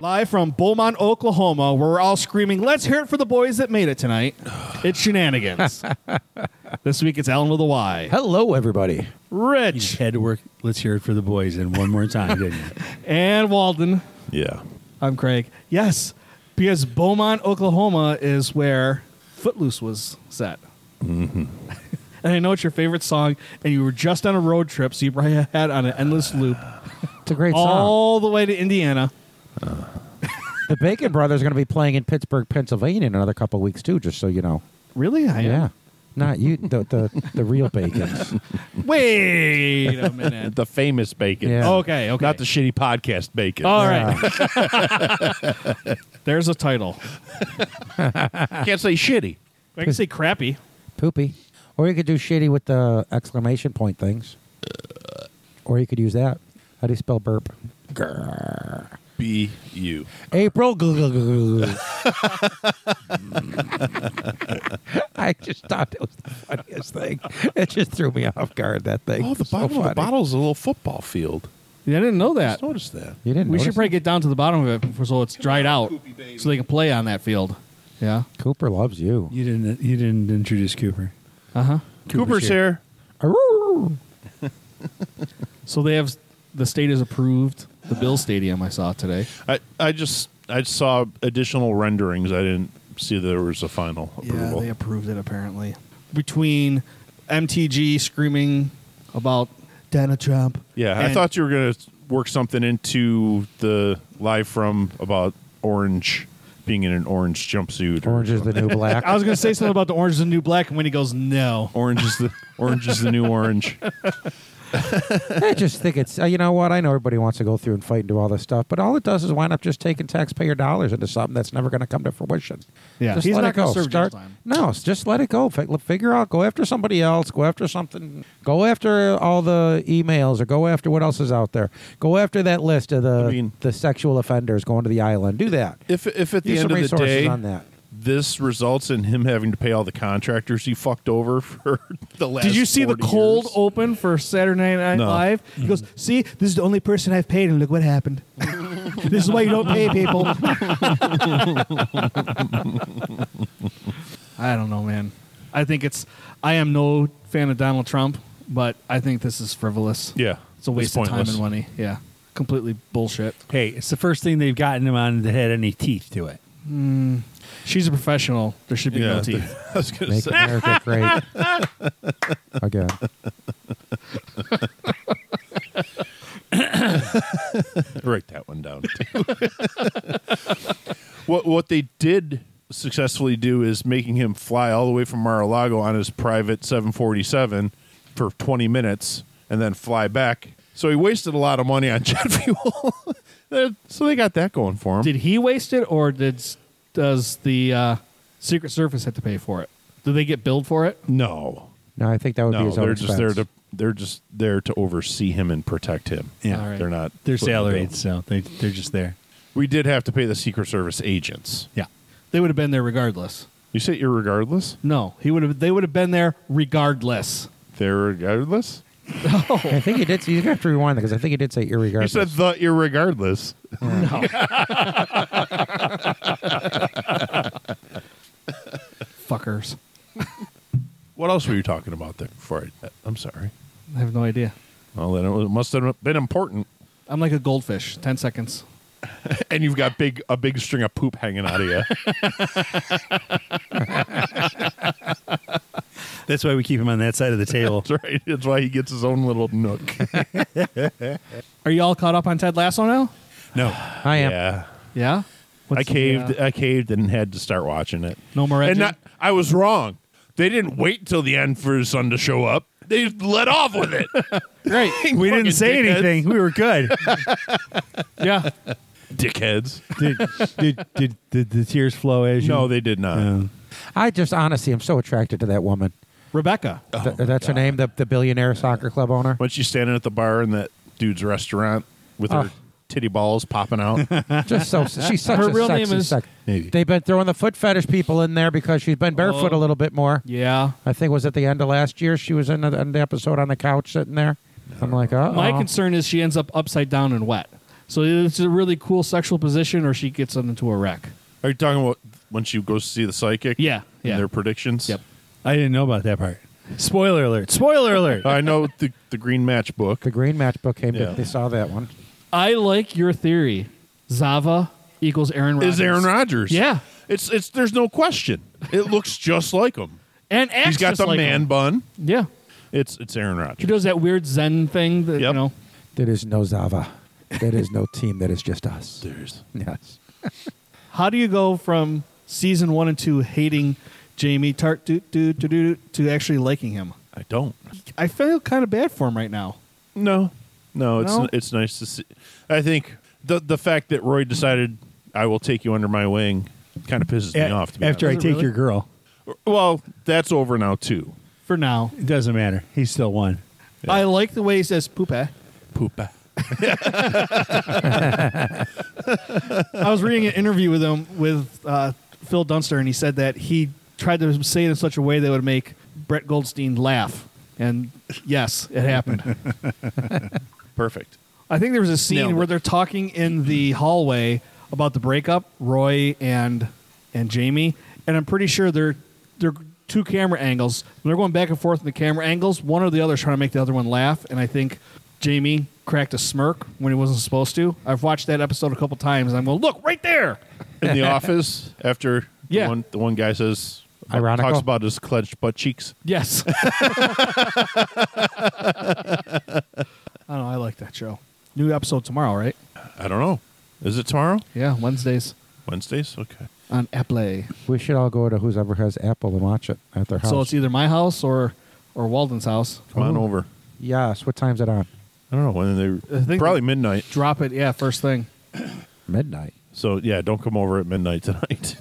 live from Beaumont, Oklahoma, where we're all screaming, Let's hear it for the boys that made it tonight. It's shenanigans. this week it's Ellen with a Y. Hello, everybody. Rich Head work. Let's hear it for the boys. And one more time, didn't you? and Walden. Yeah. I'm Craig. Yes, because Beaumont, Oklahoma is where Footloose was set. and I know it's your favorite song, and you were just on a road trip, so you probably had on an endless loop It's a great song. all the way to Indiana. The Bacon Brothers are going to be playing in Pittsburgh, Pennsylvania in another couple of weeks too. Just so you know. Really? I Yeah. Not you, the the, the real Bacon's. Wait a minute. The famous bacon. Yeah. okay, okay. Not the shitty podcast bacon. All right. There's a title. Can't say shitty. I can say crappy. Poopy. Or you could do shitty with the exclamation point things. Or you could use that. How do you spell burp? B U. April. I just thought that was the funniest thing. It just threw me off guard. That thing. Oh, the It's so bottom of the funny. bottle is a little football field. Yeah, I didn't know that. Just noticed that. You didn't. We should notice probably get down to the bottom of it before, so it's dried out so they can play on that field. Yeah. it? Cooper loves you. You didn't. You didn't introduce Cooper. Uh huh. Cooper's here. Aroo. So they have the state has approved the Bill Stadium I saw today. I, I just I saw additional renderings. I didn't see there was a final approval. approved it apparently. Between MTG screaming about Donald Trump. yeah, I and- thought you were going to work something into the live from about orange being in an orange jumpsuit. or Orange is the new black. I was going to say something about the orange is the new black, and when he goes, no. Orange is the orange is the new orange. I just think it's uh, you know what I know everybody wants to go through and fight and do all this stuff, but all it does is wind up just taking taxpayer dollars into something that's never going to come to fruition. Yeah. just He's let not it gonna go. serve jail Start time. no, s- just let it go. Fi- l- Figure out. Go after somebody else. Go after something. Go after all the emails, or go after what else is out there. Go after that list of the I mean- the sexual offenders going to the island. Do that. If if at the Use end some of the resources day on that. this results in him having to pay all the contractors he fucked over for the last. Did you see the 40 cold years. open for Saturday Night No. Live? He goes, "See, this is the only person I've paid, and look what happened. this is why you don't pay people." I don't know, man. I think it's. I am no fan of Donald Trump, but I think this is frivolous. Yeah, it's a waste of time pointless. and money. Yeah, completely bullshit. Hey, it's the first thing they've gotten him on that had any teeth to it. She's a professional. There should be Yeah, no teeth. I was gonna Make say. America great again. Write that one down. Too. what what they did successfully do is making him fly all the way from Mar-a-Lago on his private 747 for 20 minutes and then fly back. So he wasted a lot of money on jet fuel. so they got that going for him. Did he waste it, or did s- does the uh, Secret Service have to pay for it? Do they get billed for it? no, No, I think that would be no, his own they're just there expense. to they're just there to oversee him and protect him. Yeah. All right. They're not. They're footing the salaried, bill. so they they're just there. We did have to pay the Secret Service agents. Yeah. They would have been there regardless. You say irregardless? No, he would have. They would have been there regardless. They're regardless. I think he did. You're gonna have to rewind that because I think he did say You irregardless. said the irregardless. Fuckers. What else were you talking about there before I? I'm sorry. I have no idea. Well, then it must have been important. I'm like a goldfish. Ten seconds. And you've got big a big string of poop hanging out of you. That's why we keep him on that side of the table. That's right. That's why he gets his own little nook. Are you all caught up on Ted Lasso now? No. I am. Yeah. Yeah. I What's the, caved. uh, I caved and had to start watching it. No more And edging? not, I was wrong. They didn't wait till the end for his son to show up. They let off with it. great. We didn't say dickheads. anything. We were good. yeah. Dickheads. did, did, did, did the tears flow as you? Oh. No, they did not. No. I just honestly, I'm so attracted to that woman. Rebecca. Th- that's her name, the, the billionaire soccer club owner. When she's standing at the bar in that dude's restaurant with Oh. Ah. her titty balls popping out. Just so she's such Her a real sexy name is- sec- Maybe. They've been throwing the foot fetish people in there because she's been barefoot Oh. a little bit more. Yeah. I think it was at the end of last year she was in Uh-huh. the, in the episode on the couch sitting there. I'm like, oh, My concern is she ends up upside down and wet. So it's a really cool sexual position, or she gets into a wreck. Are you talking about when she goes to see the psychic? Yeah, And yeah. their predictions? Yep. I didn't know about that part. Spoiler alert! Spoiler alert! I know the, the Green Match book. The Green Match book came. Yeah. To, they saw that one. I like your theory. Zava equals Aaron Rodgers. Is Aaron Rodgers. Yeah. It's it's there's no question. It looks just like him. And acts He's got just the like man him. bun. Yeah. It's it's Aaron She Rodgers. does that weird Zen thing that, you Yep. know. There is no Zava. There is no team. That is just us. There's Yes. How do you go from season one and two hating Jamie Tart doo doo doo doo to actually liking him? I don't. I feel kind of bad for him right now. No. No, it's No? it's nice to see. I think the the fact that Roy decided I will take you under my wing kind of pisses me A- off. To be after I Is it take really? your girl, honest. well, that's over now too. For now, it doesn't matter. He's still one. I like the way he says "poopa." Poopa. I was reading an interview with him with uh, Phil Dunster, and he said that he tried to say it in such a way that would make Brett Goldstein laugh. And yes, it happened. Perfect. I think there was a scene Nailed it. where they're talking in the hallway about the breakup, Roy and and Jamie, and I'm pretty sure they're they're two camera angles. And they're going back and forth in the camera angles. One or the other is trying to make the other one laugh, and I think Jamie cracked a smirk when he wasn't supposed to. I've watched that episode a couple times, and I'm going, look right there. In the office, after Yeah. the one the one guy says Ironical. talks about his clenched butt cheeks. Yes. I don't know. I like that show. New episode tomorrow, right? I don't know. Is it tomorrow? Yeah, Wednesdays Wednesdays? Okay. on Apple. We should all go to whoever has Apple and watch it at their house. So it's e either my house or or Walden's house. Come on over. yes. What time's it on? I don't know when I they think- probably midnight. Drop it, yeah, first thing. Midnight. So yeah, don't come over at midnight tonight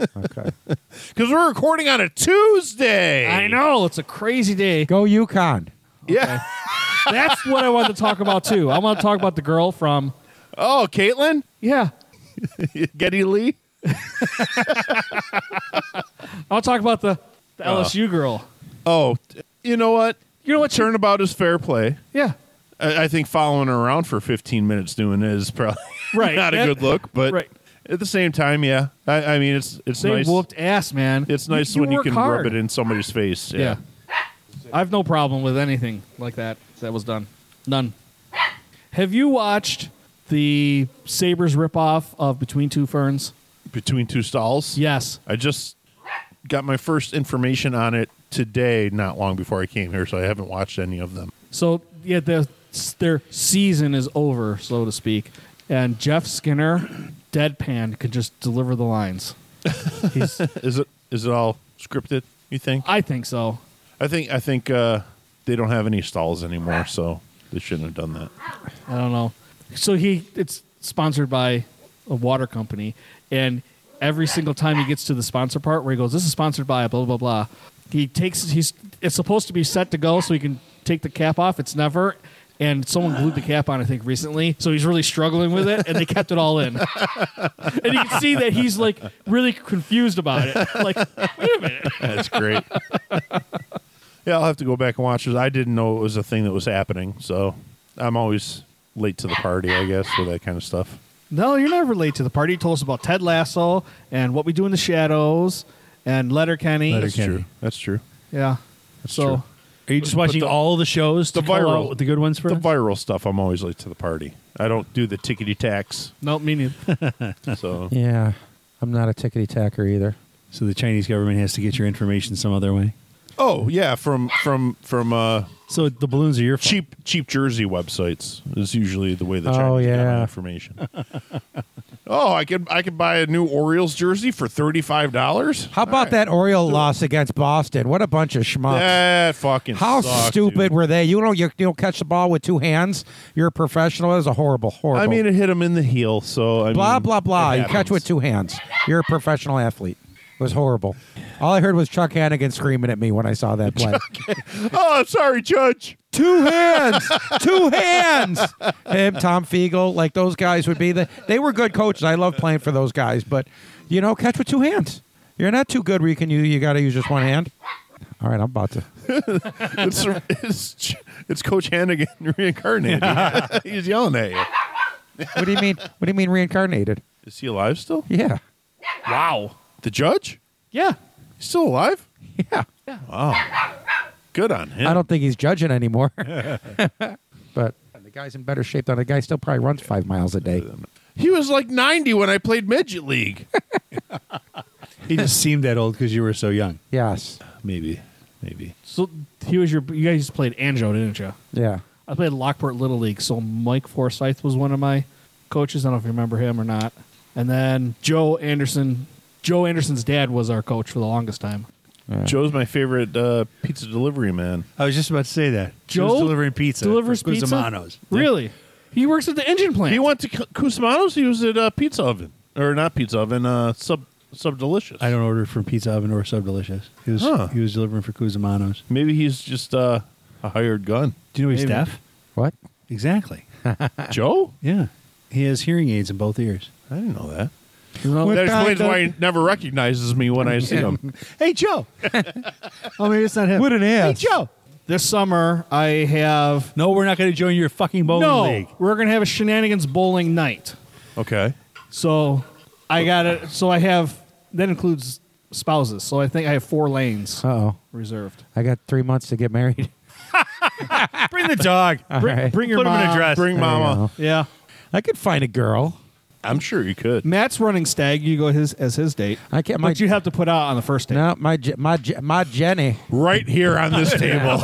Okay. because we're recording on a Tuesday. I know it's a crazy day. go Yukon. Yeah. That's what I want to talk about too. I want to talk about the girl from Oh, Caitlin, yeah. Getty Lee. I'll talk about the, the Uh, LSU girl. Oh, t- you know what? You know what? She, Turnabout is fair play. yeah, I, I think following her around for 15 minutes doing it is probably Right. not a That- good look. But right. at the same time, yeah. I, I mean, it's it's they nice. whooped ass, man. It's nice when you work can hard. rub it in somebody's face. Yeah. Yeah. I have no problem with anything like that that was done. None. Have you watched the Sabres ripoff of Between Two Ferns? Between two stalls. Yes. I just got my first information on it today, not long before I came here, so I haven't watched any of them. So yeah, their their season is over, so to speak, and Jeff Skinner, deadpan, could just deliver the lines. He's, Is it is it all scripted? You think? I think so. I think I think uh, they don't have any stalls anymore, so they shouldn't have done that. I don't know. So he it's sponsored by a water company, and every single time he gets to the sponsor part where he goes, "This is sponsored by blah blah blah," he takes he's it's supposed to be set to go, so he can take the cap off. It's never. And someone glued the cap on, I think, recently. So he's really struggling with it, and they kept it all in. and you can see that he's like really confused about it. Like, wait a minute. That's great. yeah, I'll have to go back and watch it. I didn't know it was a thing that was happening, so I'm always late to the party, I guess, with that kind of stuff. No, you're never late to the party. You told us about Ted Lasso and what we do in the shadows and Letterkenny. That's Letterkenny. true. That's true. Yeah. so true. Are you just watching the- all the shows? To the call viral- out the good ones for The us? viral stuff, I'm always late to the party. I don't do the tickety tacks, no, me neither. so Yeah. I'm not a tickety tacker either. So the Chinese government has to get your information some other way. Oh yeah, from from from uh, So the balloons are your fault. cheap cheap jersey websites is usually the way the Oh, Chinese get yeah. my information. oh, I could I could buy a new Orioles jersey for thirty five dollars. How about that Oriole loss against Boston? What a bunch of schmucks. That fucking How sucked, stupid dude. were they? You don't you, don't catch the ball with two hands. You're a professional. That was a horrible, horrible. I mean, it hit him in the heel. So I blah mean, blah blah. it You catch happens. with two hands. You're a professional athlete. It was horrible. All I heard was Chuck Hannigan screaming at me when I saw that play. Oh, I'm sorry, Judge. two hands, two hands. Him, Tom Fiegel, like those guys would be the. They were good coaches. I love playing for those guys, but you know, catch with two hands. You're not too good where you can use. You got to use just one hand. All right, I'm about to. It's it's, it's Coach Hannigan reincarnated. He's yelling at you. What do you mean? What do you mean reincarnated? Is he alive still? Yeah, Wow. The judge? Yeah. He's still alive? yeah. Good on him. I don't think he's judging anymore. but the guy's in better shape than the guy. Still probably runs five miles a day. He was like 90 when I played midget league. He just seemed that old because you were so young. Yes. Maybe, maybe. So he was your. You guys played Anjo, didn't you? Yeah. I played Lockport Little League, so Mike Forsyth was one of my coaches. I don't know if you remember him or not. And then Joe Anderson. Joe Anderson's dad was our coach for the longest time. Joe's my favorite uh, pizza delivery man. I was just about to say that. Joe Joe's delivering pizza. Delivers for pizza. Cusimano's. Really? He works at the engine plant. He went to Cu- Cusimano's. He was at uh, Pizza Oven. Or not Pizza Oven, uh, Sub Sub Delicious. I don't order from Pizza Oven or Sub Delicious. He was Huh. he was delivering for Cusimano's. Maybe he's just uh, a hired gun. Do you know he's Maybe. deaf? What? Exactly. Uh-uh. Joe? Yeah. He has hearing aids in both ears. I didn't know that. What that explains kind of- why he never recognizes me when I see him. Hey Joe. oh, maybe it's not him. What an ass. Hey Joe. this summer, I have No, we're not going to join your fucking bowling no, league. we're gonna have a shenanigans bowling night. Okay. So I got it. So I have that includes spouses. So I think I have four lanes Uh oh. reserved. I got three months to get married. Bring the dog. Bring, right. bring your Put him in a mom. dress. Bring mama. Yeah, I could find a girl. I'm sure you could. Matt's running stag. You go his as his date. I can't- my- But you have to put out on the first date. No, my Je- my Je- my Jenny. Right here on this table.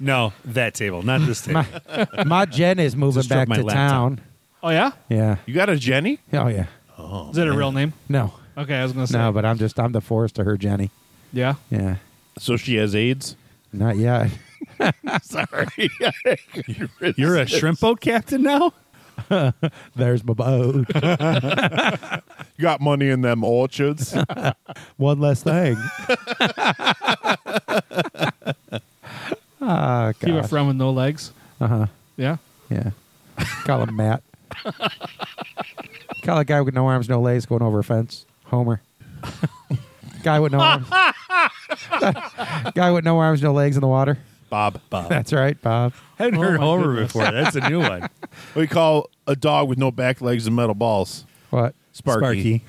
No, that table, not this table. My Jen is moving Just drove back my to laptop. town. Oh yeah, Yeah. you got a Jenny? Oh yeah. is that a real name? No. Okay, I was gonna say. No, but I'm just I'm the forest to her Jenny. yeah, Yeah. So she has AIDS? Not yet. Sorry. You're a shrimp boat captain now? There's my boat. got money in them orchards. One less thing. Ah, keep a gosh. friend with no legs. Uh Uh-huh. huh. Yeah. Yeah. Call him Matt. Call a guy with no arms, no legs going over a fence. Homer. guy with no arms. guy with no arms, no legs in the water. Bob. Bob. That's right, Bob. I Oh haven't heard Homer before. That's a new one. We call a dog with no back legs and metal balls. What? Sparky.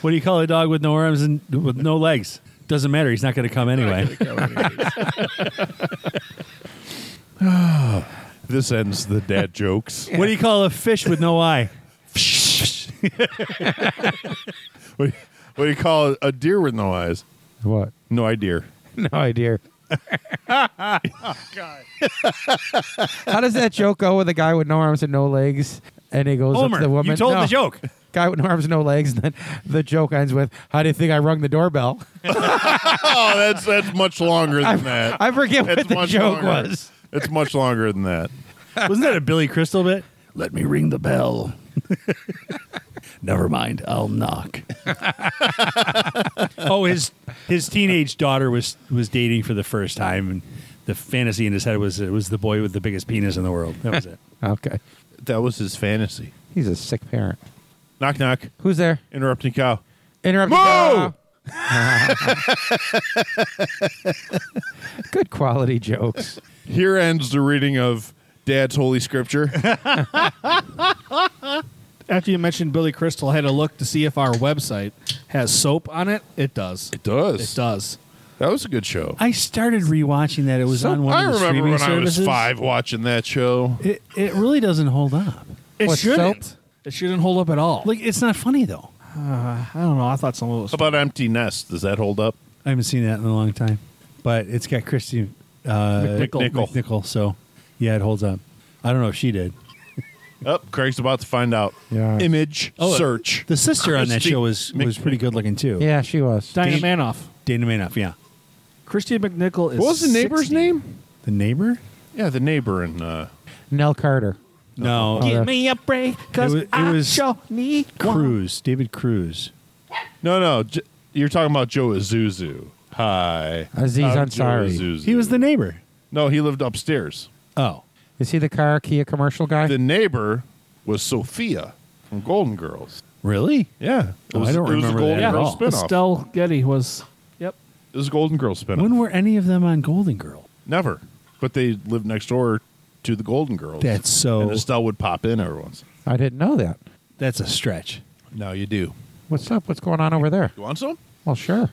what do you call a dog with no arms and with no legs? Doesn't matter. He's not going to come anyway. This ends the dad jokes. What do you call a fish with no eye? What, what do you call a deer with no eyes? What? No idea. No idea. How does that joke go with a guy with no arms and no legs? And he goes up Homer, to the woman. you told No. the joke. Guy with no arms, no legs. And then the joke ends with, "How do you think I rung the doorbell?" Oh, that's that's much longer than that. I forget what It's the much joke longer. was. It's much longer than that. Wasn't that a Billy Crystal bit? Let me ring the bell. Never mind, I'll knock. oh, his his teenage daughter was was dating for the first time, and the fantasy in his head was it was the boy with the biggest penis in the world. That was it. Okay, That was his fantasy. he's a sick parent. Knock knock. Who's there? Interrupting cow. Interrupt. Moo! Good quality jokes. Here ends the reading of Dad's Holy Scripture. After you mentioned Billy Crystal, I had to look to see if our website has soap on it. It does. It does. It does. That was a good show. I started rewatching that. It was on one I of the remember streaming when services. I was five watching that show. It it really doesn't hold up. It What, shouldn't. soap? It shouldn't hold up at all. Uh, Like it's not funny though. I don't know. I thought some of it was. How about Empty Nest? Does that hold up? I haven't seen that in a long time, but it's got Christy uh, McNichol. McNichol, So yeah, it holds up. I don't know if she did. Oh, Craig's about to find out. Yeah. Image Oh, search. The sister on that uh, Christy show was was Mc- pretty good looking too. Yeah, she was. Dinah Dane- Manoff. Dana Manoff. Yeah, Christian McNichol is. what was the neighbor's 60. name? the neighbor. Yeah, the neighbor in uh, Nell Carter. No, Give uh, Yeah. me a break, It wa- it was need Cruz. David Cruz. No, no. J- you're talking about Joe Azuzu. Hi. Aziz I'm Ansari. Joe Azuzu. He was the neighbor. No, he lived upstairs. Oh, Is he the car Kia commercial guy? The neighbor was Sophia from Golden Girls. really? Yeah. It Oh, was, I don't it was remember a Golden that at Girls all. spinoff. Estelle oh, Getty was. Yep. It was a Golden Girls spinoff. When were any of them on Golden Girl? Never. But they lived next door to the Golden Girls. That's so- And Estelle would pop in every once. I didn't know that. That's a stretch. Now you do. What's up? What's going on over there? You want some? Well, sure.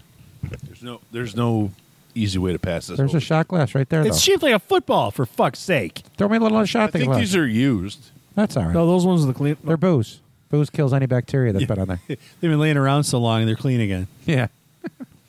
There's no. There's no easy way to pass this. There's over. a shot glass right there, It's though. shaped like a football, for fuck's sake. Throw me a little I shot thing think left. these are used. That's all right. No, those ones are the clean. They're booze. Booze kills any bacteria that's been on there. They've been laying around so long, they're clean again. yeah.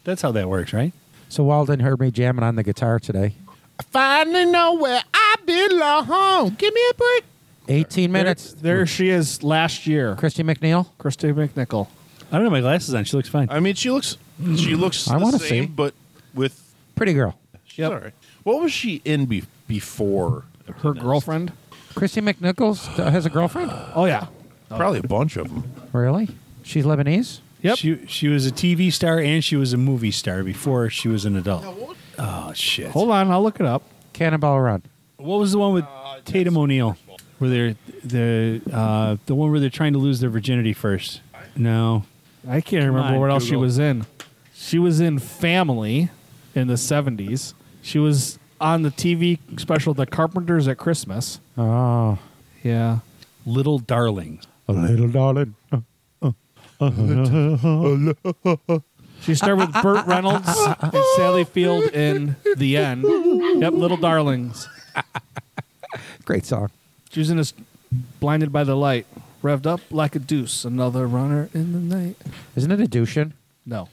That's how that works, right? So Walden heard me jamming on the guitar today. I finally know where I belong. Give me a break. 18 There- minutes. There, she is. Last year, Christy McNeil. Christy McNichol. I don't have my glasses on. She looks fine. I mean, she looks. She looks. I the wanna same, see. but with. Pretty girl. She's all right. What was she in be- before? Her girlfriend. Christy McNichols uh, has a girlfriend? Oh yeah. Probably a bunch of them. Really? She's Lebanese? Yep. She she was a TV star and she was a movie star before she was an adult. Oh shit. Hold on, I'll look it up. Cannonball Run. What was the one with Uh, Tatum O'Neill? Where they're the uh, the one where they're trying to lose their virginity first? No. I can't remember on, what else she Google. was in. She was in Family in the 70s. She was on the TV special The Carpenters at Christmas. Oh. Yeah. Little Darling. A little darling. She starred with Burt Reynolds and Sally Field in The End. Yep, Little Darlings. Great song. She was in this Blinded by the Light, Revved Up Like a Deuce, Another Runner in the Night. Isn't it a douchin? No.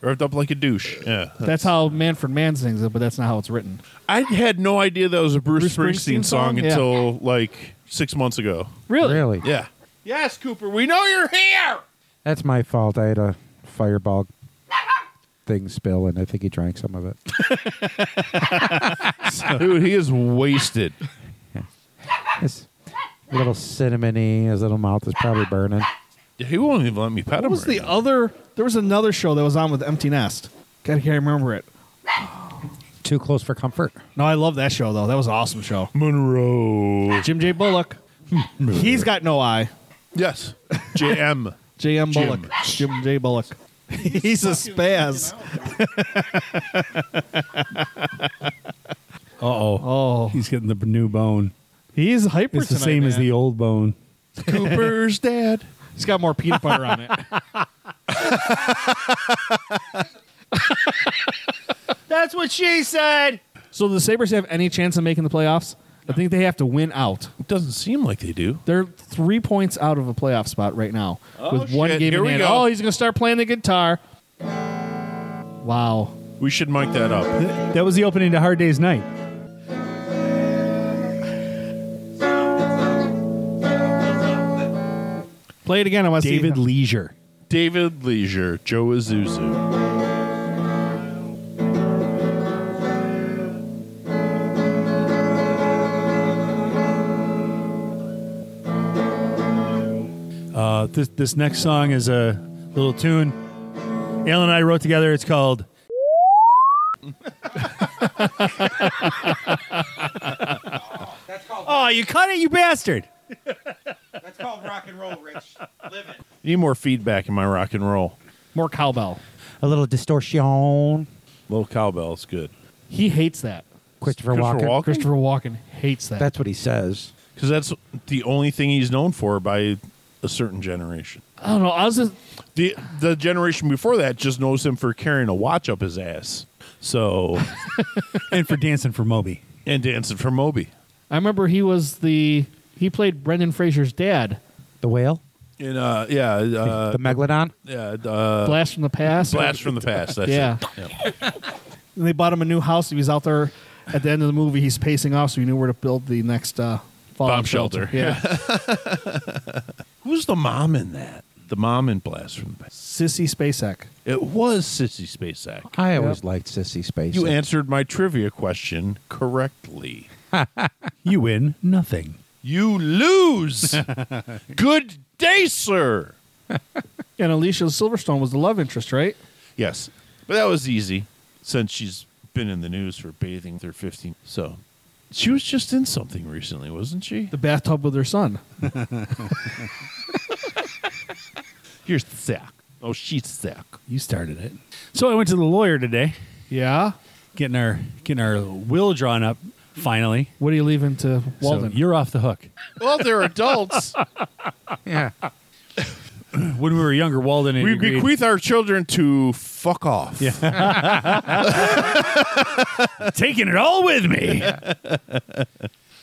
Revved up like a douche. Yeah. That's how Manfred Mann sings it, but that's not how it's written. I had no idea that was a Bruce, Bruce Springsteen, Springsteen song song? Yeah. until like six months ago. Really? Really? Yeah. Yes, Cooper, we know you're here. That's my fault. I had a fireball thing spill, and I think he drank some of it. Dude, he is wasted. His little cinnamony. His little mouth is probably burning. He won't even let me pet him. What was right the now. other? There was another show that was on with Empty Nest. God, I can't remember it. Too close for comfort. No, I love that show though. That was an awesome show. Monroe? Jim J. Bullock. He's got no eye. Yes, JM. J.M. Jim. Bullock. Jim J. Bullock. He's a spaz. Uh oh. Oh, He's getting the b- new bone. he's hyper. It's the same as the old bone. Cooper's dad. He's got more peanut butter on it. That's what she said. So the Sabers have any chance of making the playoffs? I think they have to win out. It doesn't seem like they do. They're three points out of a playoff spot right now with one shit. game Here in we hand. go. Oh, he's gonna start playing the guitar. Wow. We should mic that up. That was the opening to Hard Day's Night. Play it again. I want to see David Leisure. David Leisure, Joe Azuzu. Uh, this this next song is a little tune. Alan and I wrote together. It's called. oh, you cut it, you bastard! That's called rock and roll, Rich. Live it. Need more feedback in my rock and roll. more cowbell. A little distortion. Little cowbell's good. He hates that. Christopher, Christopher Walken. Walken? Christopher Walken hates that. That's what he says. Because that's the only thing he's known for by a certain generation. I don't know. I was just The the generation before that just knows him for carrying a watch up his ass. So And for dancing for Moby. and dancing for Moby I remember he was the he played Brendan Fraser's dad. The whale? and uh yeah uh, the megalodon? yeah uh, Blast from the past. blast from the past. That's Yeah. it. Yeah. And they bought him a new house. He was out there at the end of the movie. He's pacing off, so he knew where to build the next uh, fallout Bomb shelter. Yeah. Who's the mom in that? The mom in blast from the past. Sissy Spacek. It was Sissy Spacek. I always liked Sissy Space. You answered my trivia question correctly. You win nothing. You lose. Good day, sir. And Alicia Silverstone was the love interest, right? Yes, but that was easy since she's been in the news for bathing through 15. So she was just in something recently, wasn't she? The bathtub with her son. Here's the sack. Oh, she's sack. You started it. So I went to the lawyer today. Yeah. getting our getting our will drawn up finally. What are you leaving to So Walden? you're off the hook. Well, they're adults. Yeah. When we were younger, Walden and we bequeath our children to fuck off. Yeah. taking it all with me.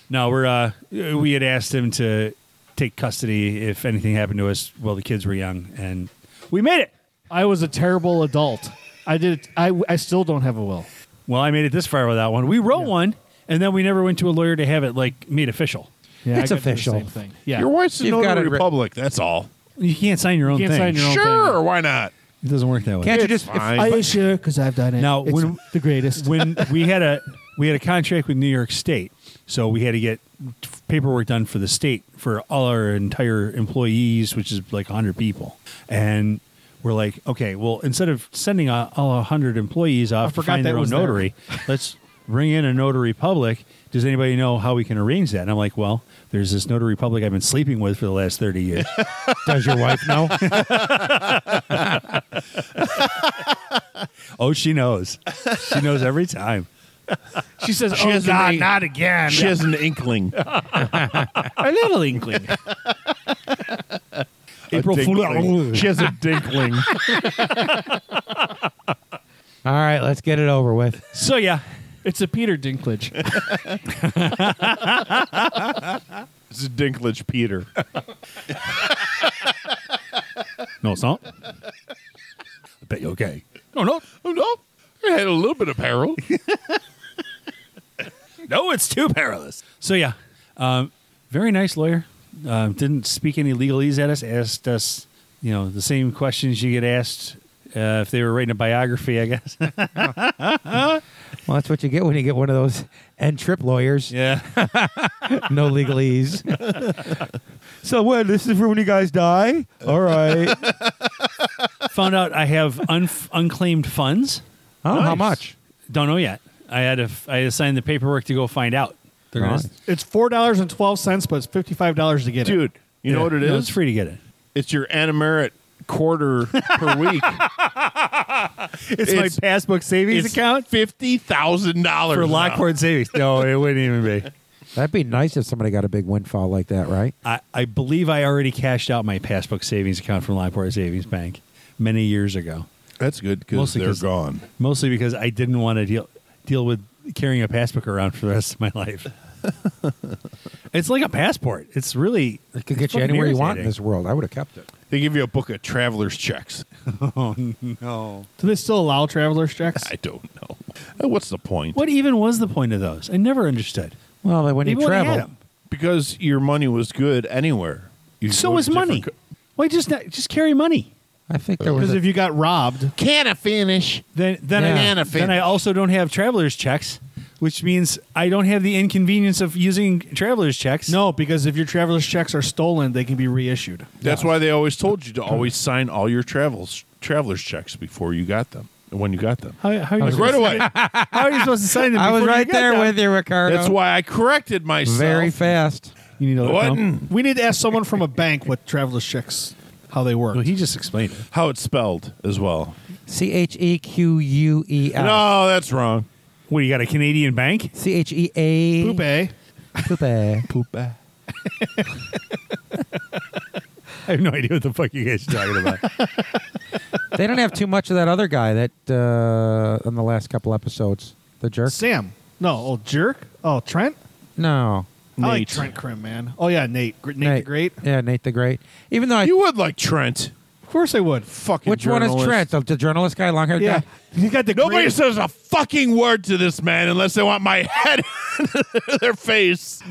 no, we're uh, we had asked him to take custody if anything happened to us while the kids were young, and we made it. I was a terrible adult. I did. I I still don't have a will. Well, I made it this far without one. We wrote one, and then we never went to a lawyer to have it like made official. Yeah, It's I could do the official. same thing. Yeah, Your wife's in You've got the it writ- republic. That's all. You can't sign your own You can't sign thing. your own Sure, thing. why not? It doesn't work that way. Can't you It's just? if- fine. Are you sure? Because I've done it. Now, It's when- the greatest. when we had a we had a contract with New York State, so we had to get paperwork done for the state for all our entire employees, which is like 100 people. And we're like, okay, well, instead of sending a- all 100 employees off to forgot find their that own was there. notary, let's bring in a notary public. Does anybody know how we can arrange that? And I'm like, well, there's this notary public I've been sleeping with for the last 30 years. Does your wife know? oh, she knows. She knows every time. she says, She "Oh has an God, eight. not again." She has an inkling. a little inkling. April Fool. Oh. dinkling. She has a dinkling. All right, let's get it over with. So yeah, it's a Peter Dinklage. It's a dinklage Peter. no, it's not. I bet you're okay. No, no, Oh, no. I had a little bit of peril. No, it's too perilous. So yeah, um, very nice lawyer. Um, didn't speak any legalese at us. Asked us, you know, the same questions you get asked uh, if they were writing a biography, I guess. Well, that's what you get when you get one of those end trip lawyers. yeah. No legalese. so what? This is for when you guys die. All right. Found out I have un- unclaimed funds. Oh, how Nice. much? Don't know yet. I had to. f- I assigned the paperwork to go find out. They're gonna- Nice. It's four dollars and twelve cents, but it's fifty five dollars to get it. Dude, you know Yeah. what it is? No, it's free to get it. It's your Animerit quarter per week. It's, my passbook savings It's $50,000. for now. Lockport savings. No, it wouldn't even be. That'd be nice if somebody got a big windfall like that, right? I, I believe I already cashed out my passbook savings account from Lockport Savings Bank many years ago. That's good because Mostly they're 'cause- gone. Mostly because I didn't want to deal deal with carrying a passbook around for the rest of my life. it's like a passport. It's really It could get it's you fucking anywhere you want in this irritating. world. I would have kept it. They give you a book of traveler's checks. Do they still allow traveler's checks? I don't know. Uh, What's the point? What even was the point of those? I never understood. Well, then when Even you when I had travel, them. Because your money was good anywhere. You So go to was different money. co- Why just not, just carry money? I think there was. Because a- Uh, if you got robbed, Can I finish? Then then Yeah. I Banana then I fin. also don't have traveler's checks, which means I don't have the inconvenience of using traveler's checks. no. Because if your traveler's checks are stolen, they can be reissued. That's why they always told you to Hmm. always sign all your travels traveler's checks before you got them. When you got them. How, how, are, you Like right supposed, away. how are you supposed to sign them? I was before you right get there them? with you, Ricardo. That's why I corrected myself. Very fast. You need to let What? them know. We need to ask someone from a bank what traveler's checks, how they work. Well, he just explained it. How it's spelled as well. C H E Q U E L. No, that's wrong. What, you got a Canadian bank? C H E A. Poop, eh? Poupe. Poopa. I have no idea what the fuck you guys are talking about. They don't have too much of that other guy that uh, on the last couple episodes. The jerk. Sam. No, old jerk. Oh, Trent. No. I like Nate. Trent Krim, man. Oh yeah, Nate. Gr- Nate, the Great. Yeah, Nate the Great. Even though I, You would like Trent. Of course I would. Fucking which one is journalist. Trent? The, the journalist guy, long haired Yeah, guy. he got the Nobody great- says a fucking word to this man unless they want my head in their face.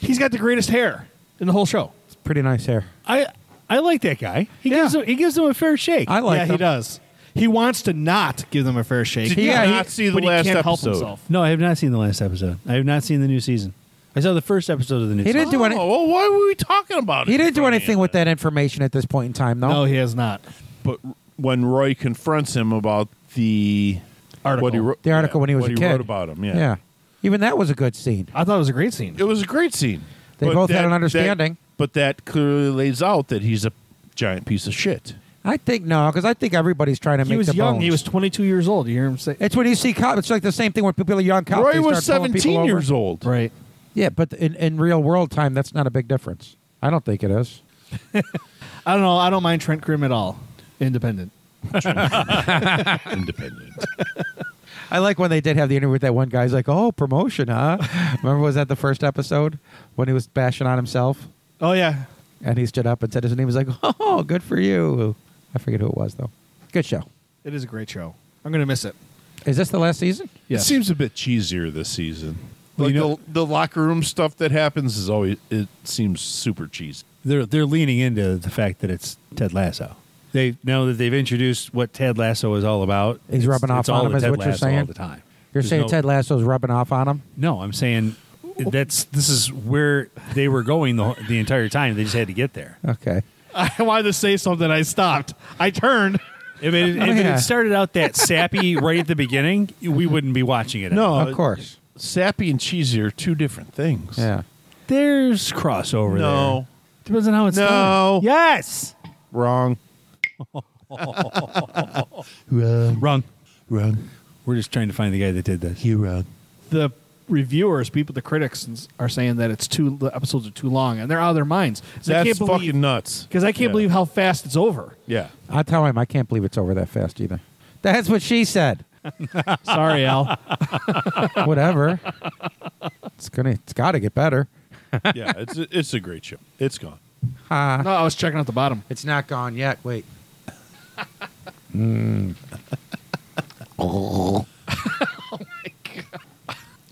He's got the greatest hair in the whole show. It's pretty nice hair. I I like that guy. He Yeah. gives him, he gives them a fair shake. I like yeah, he him. does. He wants to not give them a fair shake. Did you Yeah, not he- see the but last he can't episode? Help himself. no, I have not seen the last episode. I have not seen the new season. I saw the first episode of the new. He season. didn't do any, Oh, well, why were we talking about it? He didn't do Funny anything with that information at this point in time, though. No, he has not. But when Roy confronts him about the Article. what he wrote, the article yeah, when he was what a kid. wrote about him, yeah. yeah. Even that was a good scene. I thought it was a great scene. it was a great scene. They both had an understanding. but that clearly lays out that he's a giant piece of shit. I think no, because I think everybody's trying to He make was the young. bones. He was 22 years old. You hear him say, It's when you see cops. It's like the same thing when people are young cops. Roy they was start pulling people 17 over. years old. right? Yeah, but in, in real world time, that's not a big difference. I don't think it is. I don't know. I don't mind Trent Grimm at all. Independent. Independent. I like when they did have the interview with that one guy. He's like, "Oh, promotion, huh?" Remember, was that the first episode when he was bashing on himself Oh yeah, and he stood up and said his name? He was like, "Oh, good for you." I forget who it was though. Good show. it is a great show. I'm gonna miss it. Is this the last season? Yeah. It seems a bit cheesier this season. Well, Like you know- the, the locker room stuff that happens is always it seems super cheesy. they're they're leaning into the fact that it's Ted Lasso. They know that they've introduced what Ted Lasso is all about. He's It's- rubbing off it's all on the him, is Ted what you're Lasso all saying? the time. You're There's saying no- Ted Lasso's rubbing off on him? No, I'm saying that's this is where they were going the whole- the entire time. They just had to get there. Okay. I wanted to say something. I stopped. I turned. If it, if it Oh, yeah. had started out that sappy right at the beginning, we wouldn't be watching it. No, of course. Sappy and cheesy are two different things. Yeah. there's crossover. No. there. depends on how it's No. done. Yes, Wrong. wrong. Wrong. We're just trying to find the guy that did this. You wrong. The reviewers, people, the critics, are saying that it's too the episodes are too long, and they're out of their minds. So I can't That's believe, fucking nuts. Because I can't Yeah. believe how fast it's over. Yeah. I tell him I can't believe it's over that fast either. That's what she said. Sorry, Al. Whatever. it's gonna. It's got to get better. yeah, it's a, it's a great show. It's gone. Ha. No, I was checking out the bottom. It's not gone yet. Wait.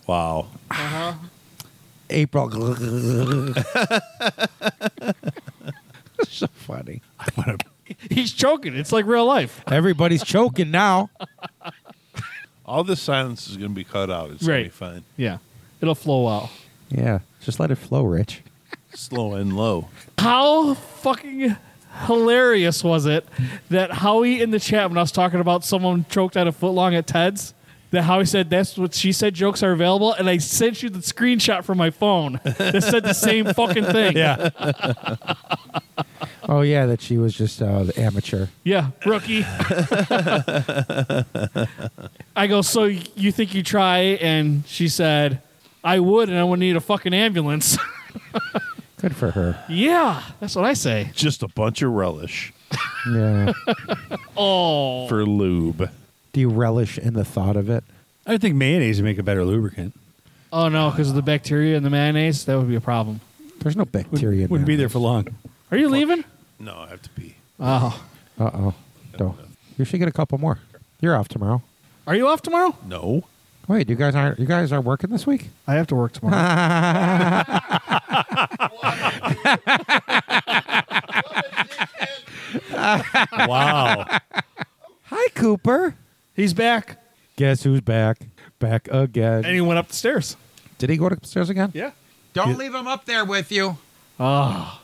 Wow. April. so funny. He's choking. It's like real life. Everybody's choking now. All this silence is going to be cut out. It's Right. going to be fine. Yeah, it'll flow out. Yeah. Just let it flow, Rich. Slow and low. How fucking hilarious was it that Howie in the chat when I was talking about someone choked out a foot long at Ted's? That Howie said that's what she said. Jokes are available, and I sent you the screenshot from my phone that said the same fucking thing. Yeah, Oh yeah, that she was just uh, the amateur. yeah, rookie. I go. So you think you try? And she said, "I would, and I would need a fucking ambulance." Good for her. yeah, that's what I say. Just a bunch of relish Yeah. Oh, for lube. Do you relish in the thought of it? I think mayonnaise would make a better lubricant. oh no, because of the bacteria and the mayonnaise, that would be a problem. There's no bacteria. in Wouldn't be there mayonnaise. for long. Are you leaving? No, I have to pee. Oh. Uh oh. No. You should get a couple more. You're off tomorrow. Are you off tomorrow? No. Wait, you guys aren't you guys are working this week? I have to work tomorrow. Wow. Hi, Cooper. He's back. Guess who's back? Back again. And he went up the stairs. Did he go upstairs again? Yeah. Don't leave him up there with you. So I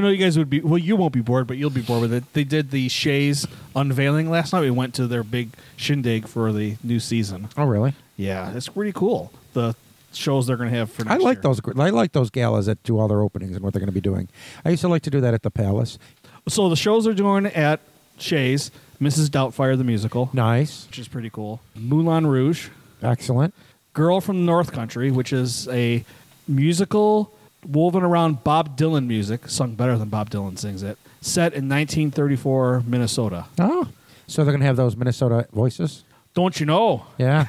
know you guys would be well, you won't be bored, but you'll be bored with it. They did the Shays unveiling last night. We went to their big shindig for the new season. Oh, really? Yeah, it's pretty cool. The shows they're gonna have for I next like year. those. gr- I like those galas that do all their openings and what they're going to be doing. I used to like to do that at the Palace. So the shows they're doing at Shays, Mrs. Doubtfire the musical. Nice, Which is pretty cool. Moulin Rouge. excellent. Girl from the North Country, which is a musical woven around Bob Dylan music, sung better than Bob Dylan sings it, set in 1934 Minnesota. Oh, so they're going to have those Minnesota voices. Don't you know? Yeah.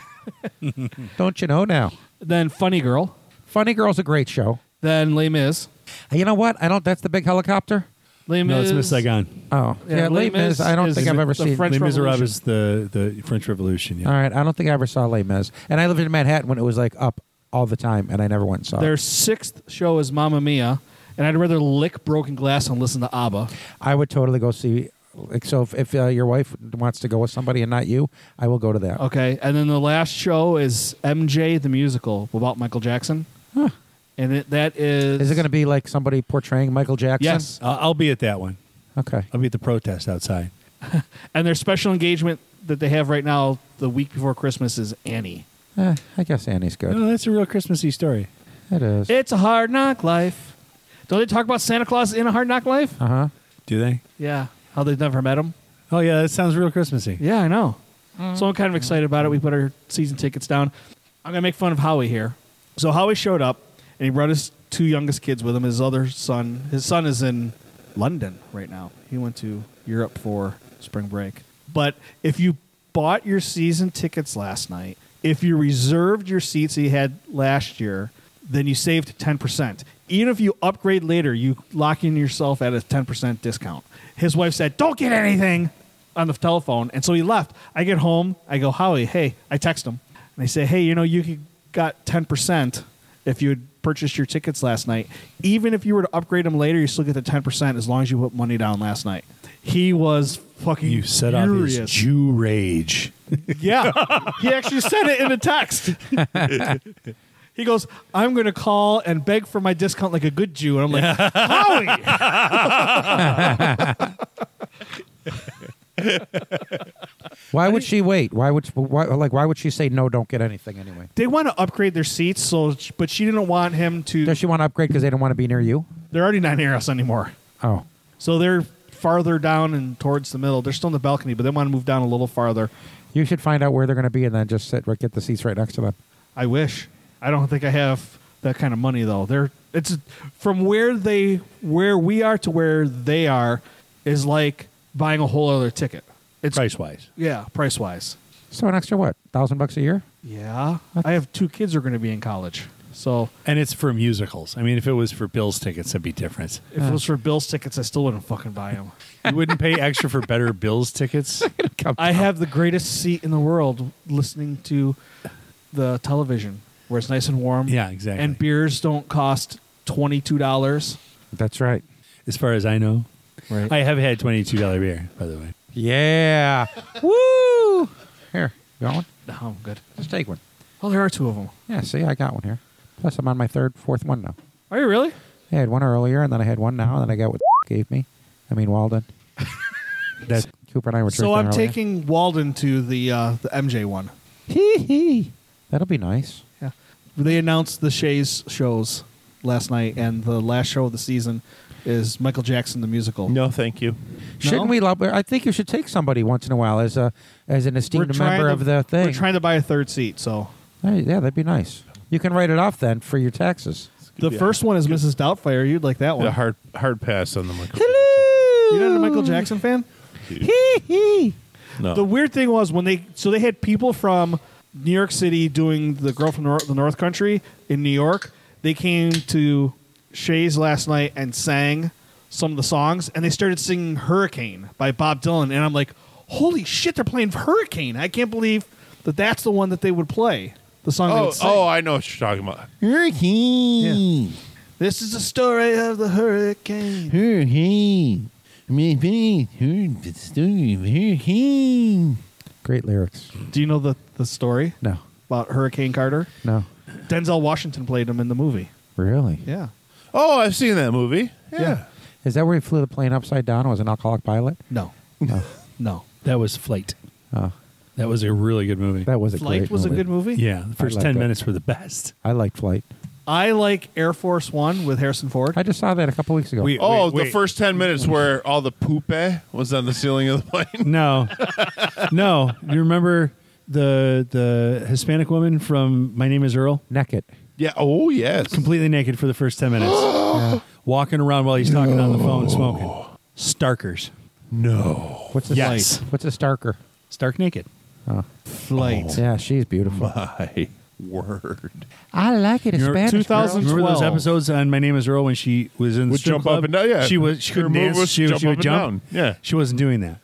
Don't you know now? Then Funny Girl, Funny Girl's a great show. then Les Mis. You know what? I don't. That's the big helicopter. Les No, it's Mis- Miss Saigon. Oh, Yeah, yeah. Les Les Mis Mis. I don't is think I've the- ever the seen. French Les Miserables Revolution. is the, the French Revolution. Yeah. All right. I don't think I ever saw Les Mis. And I lived in Manhattan when it was like up all the time, and I never went and saw Their it. sixth show is Mamma Mia, and I'd rather lick broken glass and listen to ABBA. I would totally go see. Like, so if, if uh, your wife wants to go with somebody and not you, I will go to that. Okay, and then the last show is MJ the musical about Michael Jackson. And it, that is Is it going to be like somebody portraying Michael Jackson? Yes. I'll, I'll be at that one. Okay. I'll be at the protest outside. And their special engagement that they have right now, the week before Christmas, is Annie. Eh, I guess Annie's good. No, Oh, that's a real Christmassy story. It is. It's a hard knock life. Don't they talk about Santa Claus in a hard knock life? Uh huh. Do they? Yeah. How they've never met him. Oh yeah, that sounds real Christmassy. Yeah, I know. So I'm kind of excited about it. We put our season tickets down. I'm gonna make fun of Howie here. So Howie showed up and he brought his two youngest kids with him. His other son, his son is in London right now. He went to Europe for spring break. But if you bought your season tickets last night, if you reserved your seats that you had last year, then you saved 10%. Even if you upgrade later, you lock in yourself at a 10% discount. His wife said, Don't get anything on the telephone. And so he left. I get home. I go, Howie, hey, I text him. And I say, hey, you know, you could- got 10% if you had purchased your tickets last night. Even if you were to upgrade them later, you still get the 10% as long as you put money down last night. He was fucking You set off furious. his Jew rage. Yeah. he actually said it in a text. he goes, I'm going to call and beg for my discount like a good Jew. And I'm like, Howie. Why would she wait? Why would why, like why would she say no? Don't get anything anyway. They want to upgrade their seats, so but she didn't want him to. Does she want to upgrade because they don't want to be near you? They're already not near us anymore. Oh, So they're farther down and towards the middle. They're still in the balcony, but they want to move down a little farther. you should find out where they're going to be and then just sit right get the seats right next to them. I wish. I don't think I have that kind of money though. They're it's from where they where we are to where they are is like buying a whole other ticket. It's Price wise. Yeah, price wise. So an extra what thousand bucks a year? Yeah, I have two kids who are going to be in college. So And it's for musicals. I mean, if it was for Bill's tickets, that'd be different. if it was for Bill's tickets, I still wouldn't fucking buy them. You wouldn't pay extra for better Bill's tickets. Come- I have the greatest seat in the world listening to the television where it's nice and warm. Yeah, exactly. And beers don't cost $22. That's right. As far as I know, Right. I have had twenty two dollar beer. By the way, yeah. Woo. Here, you want one? No, Oh, I'm good. Just take one. Well, there are two of them. Yeah. See, I got one here. Plus, I'm on my third, fourth one now. Are you really? I had one earlier, and then I had one now, and then I got what gave me. I mean Walden. that Cooper and I were So drinking I'm earlier. taking Walden to the uh, the MJ one. Hee hee. That'll be nice. Yeah. They announced the Shays shows last night, and the last show of the season is Michael Jackson the musical. No, thank you. Shouldn't we love? I think you should take somebody once in a while as a as an esteemed member of the thing. We're trying to buy a third seat, so Hey, yeah, that'd be nice. You can write it off then for your taxes. the be a- first one is Mrs. Doubtfire. You'd like that one? A hard hard pass on the Michael. You're Hello. not a Michael Jackson fan? Hee hee. No. The weird thing was when they so they had people from New York City doing the girl from Nor- the North Country in New York. They came to Shays last night and sang some of the songs, and they started singing "Hurricane" by Bob Dylan, and I'm like, "Holy shit, they're playing "Hurricane"! I can't believe that that's the one that they would play. The song. they oh, would sing. oh, I know what you're talking about. Hurricane. This is the story of the hurricane. Hurricane. Maybe hurricane. Great lyrics. Do you know the the story No, about Hurricane Carter? no, Denzel Washington played him in the movie. really. Yeah. Oh, I've seen that movie. Yeah. Is that where he flew the plane upside down? and Was an alcoholic pilot? No. No. No. that was Flight. Oh, That was a really good movie. that was a Flight great was a movie. good movie. yeah, the first like ten that. minutes were the best. I liked Flight. I like Air Force One with Harrison Ford. I just saw that a couple weeks ago. We- Oh, Wait, wait. the first ten minutes where all the poop eh, was on the ceiling of the plane. No, no. You remember the the Hispanic woman from My Name Is Earl? Naked. Yeah. Oh, yes. Completely naked for the first ten minutes, walking around while he's talking on the phone, smoking. Starkers, No. What's the Yes. What's the Starker? stark naked. Flight. Yeah, she's beautiful. My word. I like it. in You're- Spanish. girl. 2000 Remember those 12. episodes on My Name Is Earl when she was in the Would strip jump up club? and down, yeah. She was she Her couldn't move dance. was she, was- jump she would up and jump. down, yeah. she wasn't doing that.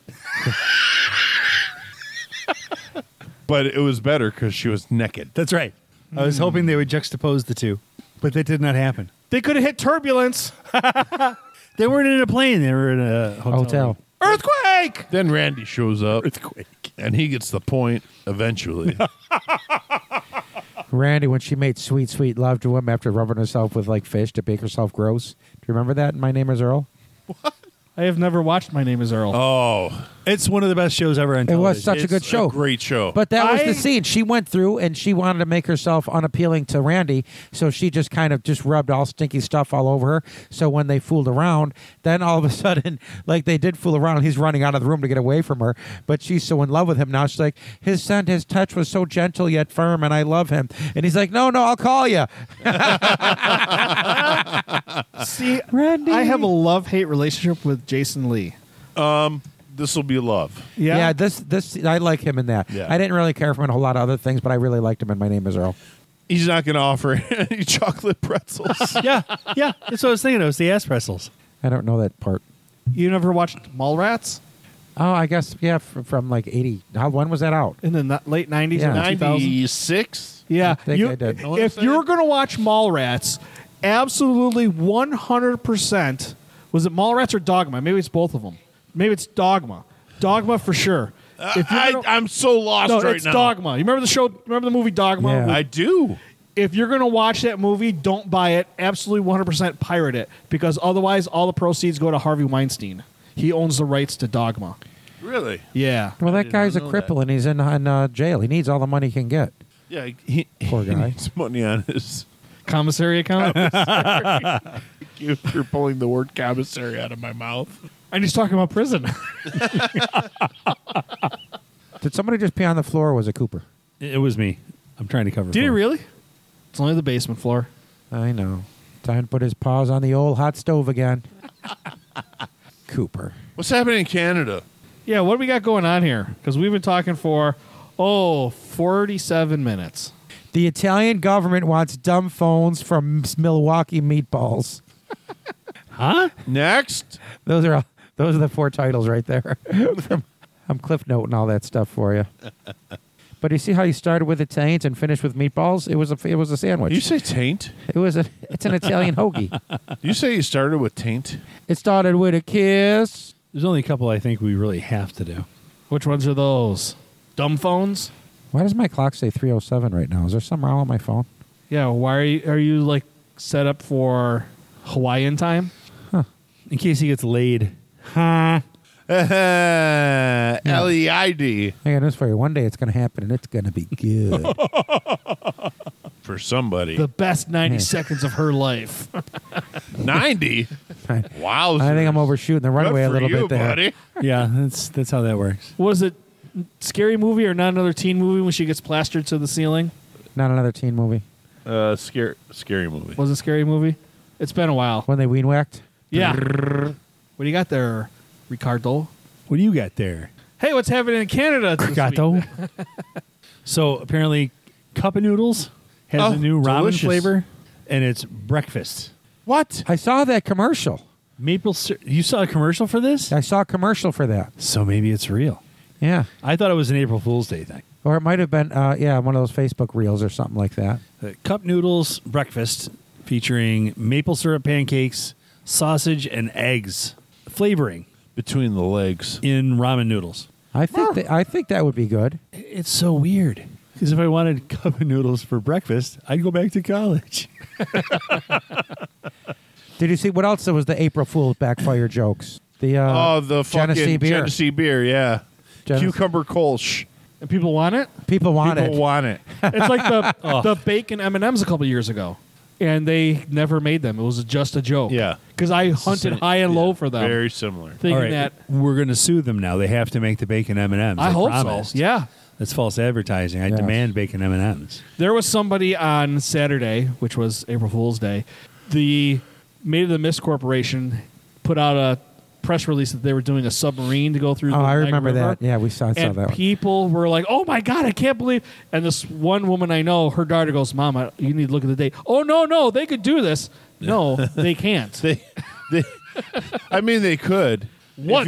But it was better because she was naked. That's right. I was hoping they would juxtapose the two, but that did not happen. They could have hit turbulence. They weren't in a plane. They were in a hotel. Hotel. room. Earthquake. Then Randy shows up, and he gets the point eventually. Randy, when she made sweet, sweet love to him after rubbing herself with like fish to make herself gross. Do you remember that in My Name is Earl? I have never watched My Name Is Earl. Oh, It's one of the best shows ever on It television. was such a it's good show. great show. But that was I- the scene. She went through and she wanted to make herself unappealing to Randy, so she just kind of just rubbed all stinky stuff all over her. So when they fooled around, then all of a sudden, like they did fool around, he's running out of the room to get away from her. But she's so in love with him now. She's like, his scent, his touch was so gentle yet firm, and I love him. And he's like, no, no, I'll call you. See, Randy. I have a love hate relationship with Jason Lee. this will be love. Yeah. this this I like him in that. Yeah. I didn't really care for him in a whole lot of other things, but I really liked him in My Name Is Earl. He's not going to offer any chocolate pretzels. yeah, yeah. That's what I was thinking. It was the ass pretzels. I don't know that part. you never watched Mallrats Oh, I guess yeah, from, from like eighty. How when was that out? in the n- late 90s Yeah. or 2000s? Ninety-six. Yeah. think you- I did. No, If that's you it. were going to watch Mallrats, absolutely 100%. Was it Mallrats or Dogma? Maybe it's both of them. Maybe it's Dogma. Dogma for sure. If you're Uh, I, gonna- I'm so lost no, right it's now. Dogma. You remember the show? Remember the movie Dogma? Yeah. with I do. if you're going to watch that movie, don't buy it. Absolutely 100% pirate it because otherwise all the proceeds go to Harvey Weinstein. He owns the rights to Dogma. Really? Yeah. Well, that did not guy's a know that. cripple and he's in, in uh, jail. He needs all the money he can get. Yeah. He, Poor he guy. needs money on his. Commissary account. Thank you for pulling the word commissary out of my mouth. I'm just talking about prison. Did somebody just pee on the floor? Or was it Cooper? It was me. I'm trying to cover. Did he for him. really? It's only the basement floor. I know. Time to put his paws on the old hot stove again. Cooper. What's happening in Canada? Yeah, what do we got going on here? Because we've been talking for, oh, 47 minutes. The Italian government wants dumb phones from Milwaukee meatballs. Huh? Next. Those are those are the four titles right there. From- I'm cliff noting all that stuff for you. But you see how you started with Italians and finished with meatballs? It was a it was a sandwich. Did you say taint? It was a. It's an Italian hoagie. Did you say you started with taint? It started with a kiss. There's only a couple I think we really have to do. Which ones are those? Dumb phones? Why does my clock say 3:07 right now? Is there something wrong with my phone? Yeah, why are you, are you like set up for Hawaiian time? In case he gets laid. L E I D. I got news for you. One day it's going to happen, and it's going to be good. For somebody. The best 90 Yeah. seconds of her life. 90? I Wow. I think I'm overshooting the runway a little you, bit there. buddy. yeah, that's that's how that works. was it scary movie or not another teen movie when she gets plastered to the ceiling? Not another teen movie. Uh, scary, scary movie. Was it scary movie? It's been a while. When they ween whacked. Yeah. what do you got there, Ricardo? What do you got there? Hey, what's happening in Canada? this week? so apparently, cup of noodles has Oh, a new ramen delicious. flavor, and it's breakfast What? I saw that commercial. maple. Sir- you saw a commercial for this, I saw a commercial for that. so maybe it's real. Yeah. I thought it was an April Fool's Day thing. Or it might have been, uh, yeah, one of those Facebook reels or something like that. Uh, cup noodles breakfast featuring maple syrup pancakes, sausage, and eggs. Flavoring Between the legs. in ramen noodles. I think that, I think that would be good. It's so weird. Because if I wanted cup of noodles for breakfast, I'd go back to college. Did you see what else? There was the April Fool's backfire jokes. The uh, oh, the fucking Genesee beer. Genesee beer, yeah. Genesee- Cucumber Kolsch. And people want it. People want People it. want it. It's like the the bacon M and M's a couple years ago, and they never made them. It was just a joke. Yeah. Because I hunted Sim- high and yeah, low for Um, them, Very similar. thinking that we're going to sue them now. They have to make the bacon M and M's. I hope promised. so. Yeah. that's false advertising. I Yes. demand bacon M and M's. There was somebody on Saturday, which was April Fool's Day. The Made of the Mist Corporation put out a press release that they were doing a submarine to go through. the Oh, I Niagara remember River. that. Yeah, we saw, I saw and that one. people were like, "Oh my god, I can't believe!" And this one woman I know, her daughter goes, "Mama, you need to look at the date." Oh no, no, they could do this. No, they can't. They, they, I mean, they could. What?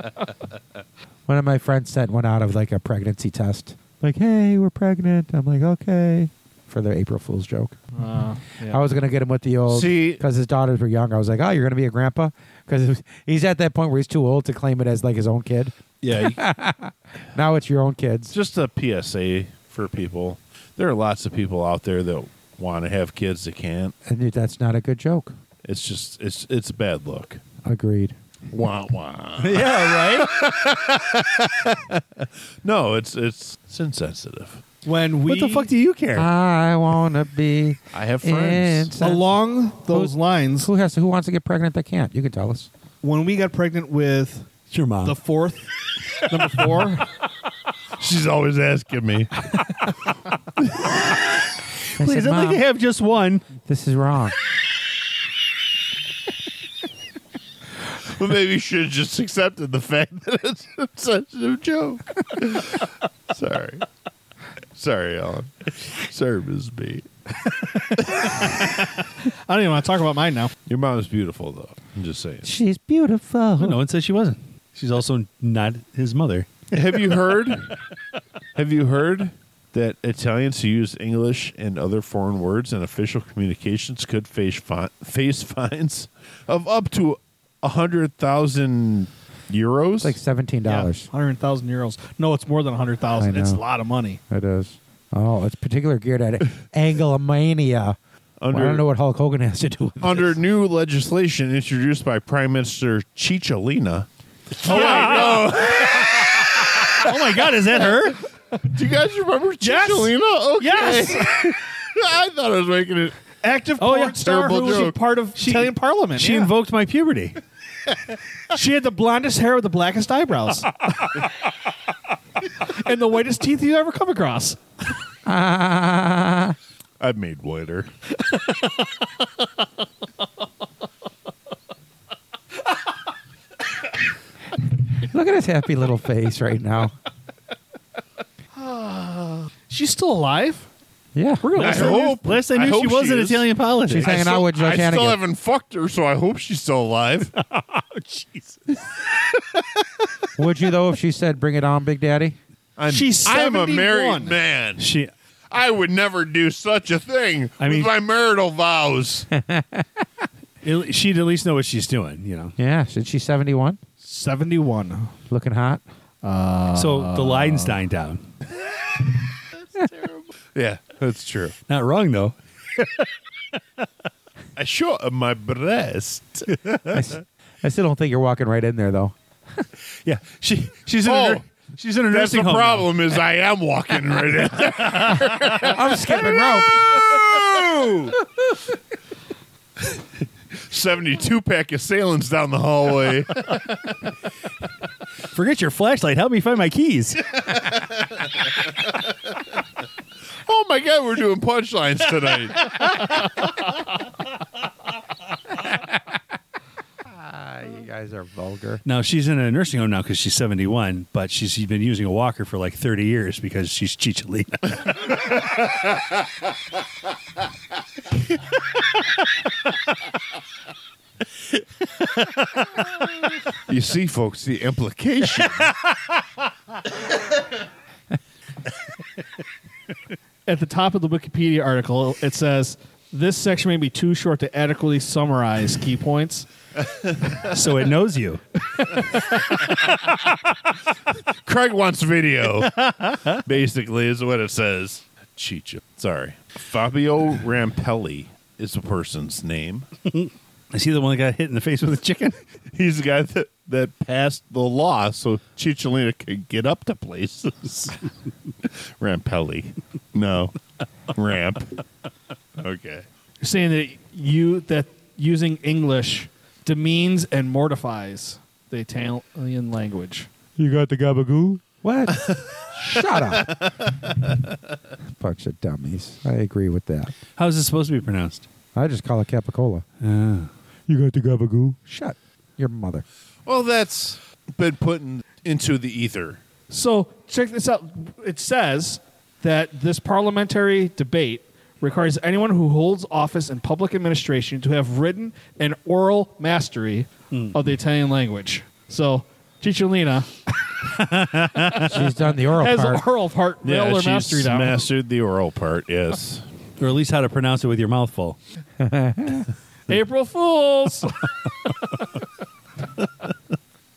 One of my friends sent one out of like a pregnancy test. Like, hey, we're pregnant. I'm like, okay. For their April Fool's joke. Uh, yeah. I was going to get him with the old. See- Because his daughters were young. I was like, oh, you're going to be a grandpa? Because he's at that point where he's too old to claim it as like his own kid. Yeah. you- Now it's your own kids. Just a PSA for people. There are lots of people out there that want to have kids that can't. And that's not a good joke. It's just it's it's a bad look. Agreed. Wah wah. yeah, right. No, it's it's it's insensitive. When we what the fuck do you care? I wanna be. I have friends. inside- along those lines, who has to, who wants to get pregnant that can't? You can tell us. when we got pregnant with it's your mom. the fourth, number four, She's always asking me. I Please, said, I'd like "Mom, to have just one. this is wrong. Well, maybe you should have just accepted the fact that it's an insensitive joke. Sorry. Sorry, Alan. Sorry, Ms. B. I don't even want to talk about mine now. Your mom's beautiful, though. I'm just saying. She's beautiful. No one said she wasn't. She's also not his mother. Have you heard? Have you heard that Italians who use English and other foreign words in official communications could face fi- face fines of up to a hundred thousand euros? It's like seventeen dollars. hundred thousand euros. No, it's more than hundred thousand. I It's a know. lot of money. It is. Oh, it's particular geared at Anglomania. Well, I Under- don't know what Hulk Hogan has to do with it. under new legislation introduced by Prime Minister Chicholina. oh my god, is that her? Do you guys remember Yes. Chicholina? Okay. Yes, I thought I was making it. active Oh, porn yeah. star who Terrible was a joke. part of Italian Parliament. She yeah. invoked my puberty. She had the blondest hair with the blackest eyebrows. and the whitest teeth you ever come across. I've made whiter. Look at his happy little face right now. She's still alive? Yeah, We're gonna I listen to this. hope- Last I I knew, hope she she was in is. Italian politics. She's hanging I out with still- Judge I still Hannigan. haven't fucked her, so I hope she's still alive. Would you though if she said, "Bring it on, Big Daddy"? I'm, She's I'm a 71. married man. She, I would never do such a thing I mean- with my marital vows. at- she'd at least know what she's doing, you know. Yeah, since she's seventy-one, 71. looking hot. so the Leidenstein down. yeah, that's true. Not wrong though. I show up my breast. I, s- I still don't think you're walking right in there though. Yeah, she she's in a, Oh, nur- she's in a That's nursing the home. now. problem is I am walking right in there. I'm skipping rope. 72 pack assailants down the hallway. Forget your flashlight. Help me find my keys. oh my God, we're doing punchlines tonight. Ah, you guys are vulgar. now she's in a nursing home now because she's seventy one, but she's been using a walker for like thirty years because she's Chicholina. You see, folks, the implication. At the top of the Wikipedia article, it says this section may be too short to adequately summarize key points. so it knows you. Craig wants video. Basically, is what it says. Chicha. Sorry. Fabio Rampelli is the person's name. Is he the one that got hit in the face with a chicken? He's the guy that, that passed the law so Chicholina could get up to places. Rampelli. No. Ramp. Okay. You're saying that you that using English demeans and mortifies the Italian language. You got the gabagoo? What? Shut up. Bunch of dummies. I agree with that. How is it supposed to be pronounced? I just call it Capicola. Ah. You got the gabagoo? Shut your mother. Well, that's been put in, into the ether. So check this out. It says that this parliamentary debate requires anyone who holds office in public administration to have written an oral mastery Hmm. of the Italian language. So Cicciolina She's done the oral has an part. oral part well or she's mastery down. mastered the oral part, yes. Or at least how to pronounce it with your mouth full. April Fools.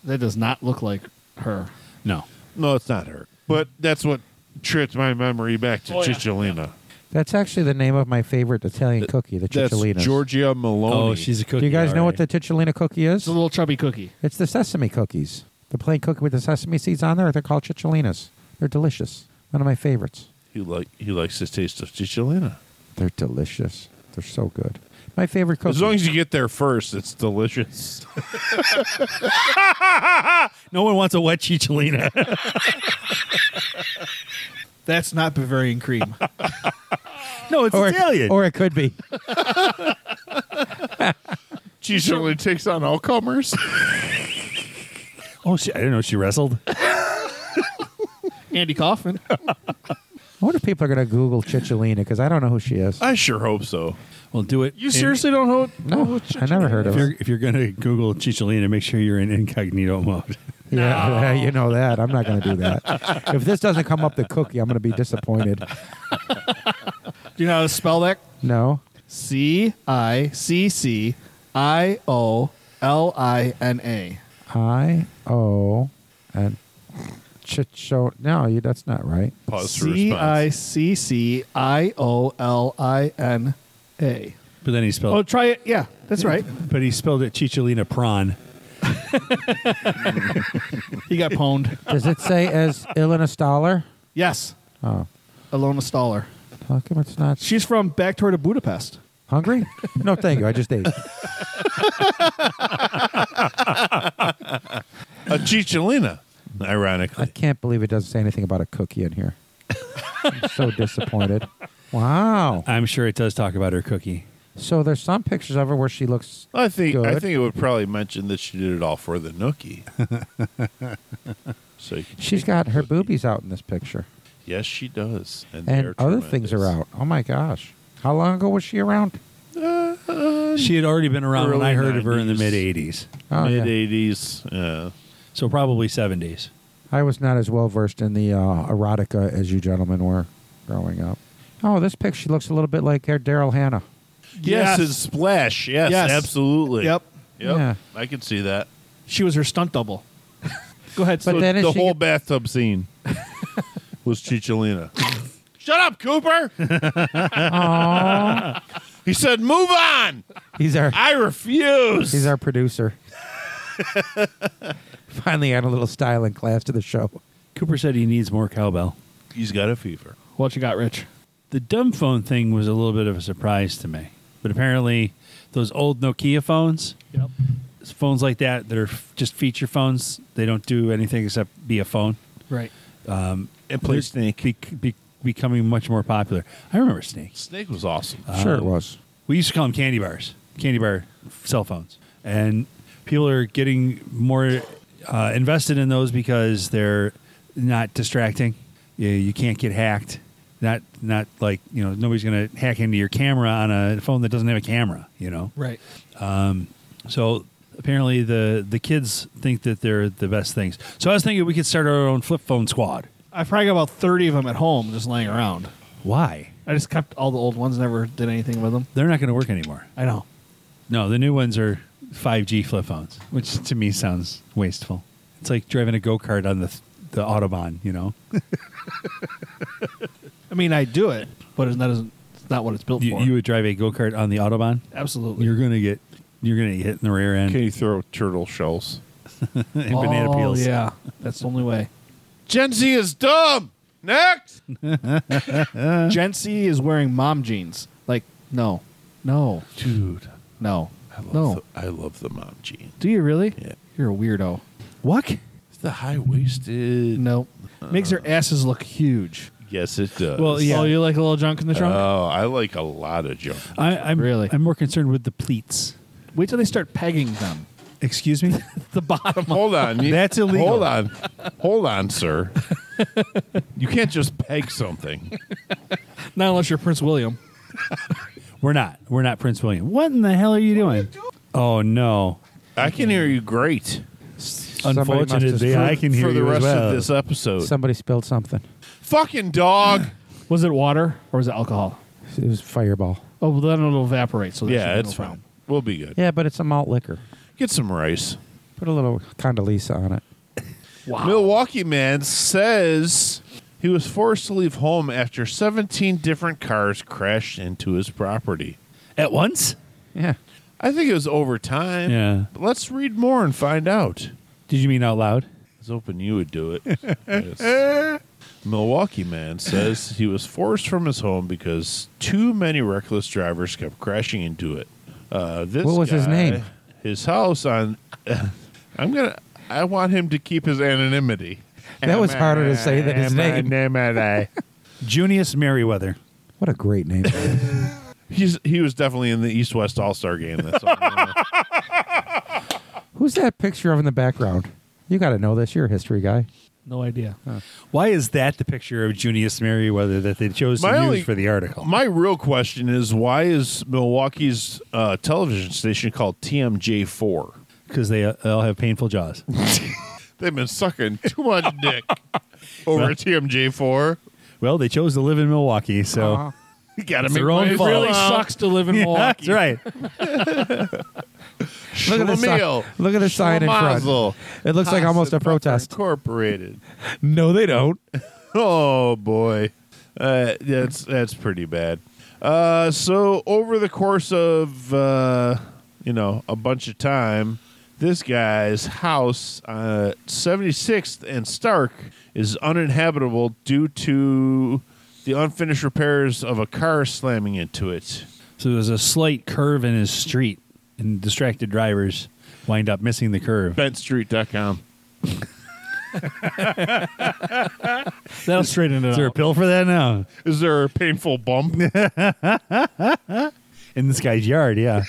that does not look like her. No. No, it's not her. But that's what tripped my memory back to Oh, yeah. Chicholina. That's actually the name of my favorite Italian cookie, the That's cicciolina. Georgia Maloney. Oh, she's a cookie. Do you guys know what already. the cicciolina cookie is? It's a little chubby cookie. It's the sesame cookies. The plain cookie with the sesame seeds on there. They're called cicciolinas. They're delicious. One of my favorites. he like he likes the taste of Chicholina. They're delicious. They're so good. My favorite cookie. As long as you get there first, it's delicious. No one wants a wet chicholina. That's not Bavarian cream. no, it's or, Italian. or it could be. Chicholina takes on all comers. oh, she, I didn't know she wrestled. Andy Kaufman. I wonder if people are going to Google cicciolina because I don't know who she is. I sure hope so. Well, do it. You in- seriously don't know? no, I never heard of If you're, her. if you're gonna Google chicholina, make sure you're in incognito mode. Yeah, you know that. I'm not going to do that. if this doesn't come up the cookie, I'm going to be disappointed. Do you know how to spell that? No. C I C C I O L I N A. I O and Chicho. No, you, that's not right. Pause for C I response. C C I O L I N A. But then he Oh, spelled. try it. Yeah, that's right. But he spelled it chicholina prawn. He got pwned. Does it say as Ilana Stoller? Yes, Oh, Alona Stoller. how come it's not She's from Back Toward to Budapest. hungry? No, thank you. I just ate. A Chicholina, I ironically. can't believe it doesn't say anything about a cookie in here. I'm so disappointed. Wow. I'm sure it does talk about her cookie. So there's some pictures of her where she looks. I think I Good. think it would probably mention that she did it all for the nookie. so you can She's take- got her boobies out in this picture, Yes, she does, and, they and are other things are tremendous. out. Oh my gosh! How long ago was she around? She had already been around when I Early heard of her in the 90s. mid '80s, Oh, Mid okay. eighties, yeah. so probably '70s. I was not as well versed in the uh, erotica as you gentlemen were growing up. Oh, this picture looks a little bit like her Daryl Hannah. Yes. Yes, it's splash. Yes, Yes. absolutely. Yep. Yep. Yeah. I can see that. She was her stunt double. Go ahead. But But So then the is she- whole bathtub scene was Chicholina. Shut up, Cooper. he said, "Move on." He's our I refuse. he's our producer. Finally, add a little styling class to the show. Cooper said he needs more cowbell. He's got a fever. what you got, Rich? The dumb phone thing was a little bit of a surprise to me, but apparently, those old Nokia phones, Yep. phones like that, that are f- just feature phones. They don't do anything except be a phone. Right. And play They're Snake. bec- bec- becoming much more popular. I remember snakes. Snake was awesome. sure, it was. We used to call them candy bars, candy bar cell phones, and people are getting more uh, invested in those because they're not distracting. You, you can't get hacked. Not not like you know nobody's gonna hack into your camera on a phone that doesn't have a camera. You know. Right. So apparently the the kids think that they're the best things. So I was thinking we could start our own flip phone squad. I probably got about thirty of them at home, just laying around. Why? I just kept all the old ones. Never did anything with them. They're not going to work anymore. I know. No, the new ones are 5G flip phones, which to me sounds wasteful. It's like driving a go kart on the the autobahn, you know. I mean, I do it, but that isn't it's not what it's built You, for. you would drive a go kart on the autobahn. Absolutely. You're gonna get you're gonna get hit in the rear end Can you throw turtle shells? and banana oh, peels. Yeah, that's the only way. Gen Z is dumb. Next. Gen C is wearing mom jeans. Like, no, no, Dude. no, I love, no. the, I love the mom jean. do you really? Yeah. You're a weirdo. What? It's the high waisted. Mm. No, makes their asses look huge. Yes, it does. Well, yeah. Oh, you like a little junk in the trunk? Oh, I like a lot of junk. I, I'm Really? I'm more concerned with the pleats. Wait till they start pegging them. Excuse me. The bottom. Hold on. you- That's illegal. Hold on. Hold on, sir. you can't just peg something. Not unless you're Prince William. We're not. We're not Prince William. What in the hell are you doing? Oh no! I can hear you great must have Unfortunately, I screwed- can hear for the you as rest well. of this episode. Somebody spilled something. Fucking dog. Was it water or was it alcohol? It was Fireball. Oh, well, then it'll evaporate. So that should yeah, be it's no fine. problem. We'll be good. Yeah, but it's a malt liquor. Get some rice. Put a little Condoleezza on it. Wow. Milwaukee man says He was forced to leave home after 17 different cars crashed into his property. At once? Yeah. I think it was over time. Yeah. But let's read more and find out. Did you mean out loud? I was hoping you would do it. Yes. Milwaukee man says he was forced from his home because too many reckless drivers kept crashing into it. Uh, this What was his guy- name? His house on. I'm gonna. I want him to keep his anonymity. That was harder to say than his name. name. Junius Merriweather. What a great name. He's he was definitely in the East West All Star game. That's all. I know. Who's that picture of in the background? You got to know this. You're a history guy. No idea. Why is that the picture of Junius Merriweather that they chose to My only- use for the article? My real question is why is Milwaukee's uh, television station called TMJ4? Because they, uh, all have painful jaws. They've been sucking too much dick over at TMJ4. well, they chose to live in Milwaukee, so Uh-huh. You gotta It's make their own money fault. for Really them. sucks to live in Yeah, Milwaukee. that's right. Look at the sign. Schlemiel. Look at the sign in front. Schlemazel. It looks like almost a Haas and Pfeffer protest. Incorporated. No, they don't. Oh boy, uh, that's that's pretty bad. Uh, so over the course of uh, you know a bunch of time, this guy's house, seventy sixth and Stark, is uninhabitable due to the unfinished repairs of a car slamming into it. So there's a slight curve in his street, and distracted drivers wind up missing the curve. Bentstreet.com. That'll straighten it Is there a out. pill for that now? Is there a painful bump? In this guy's yard, yeah.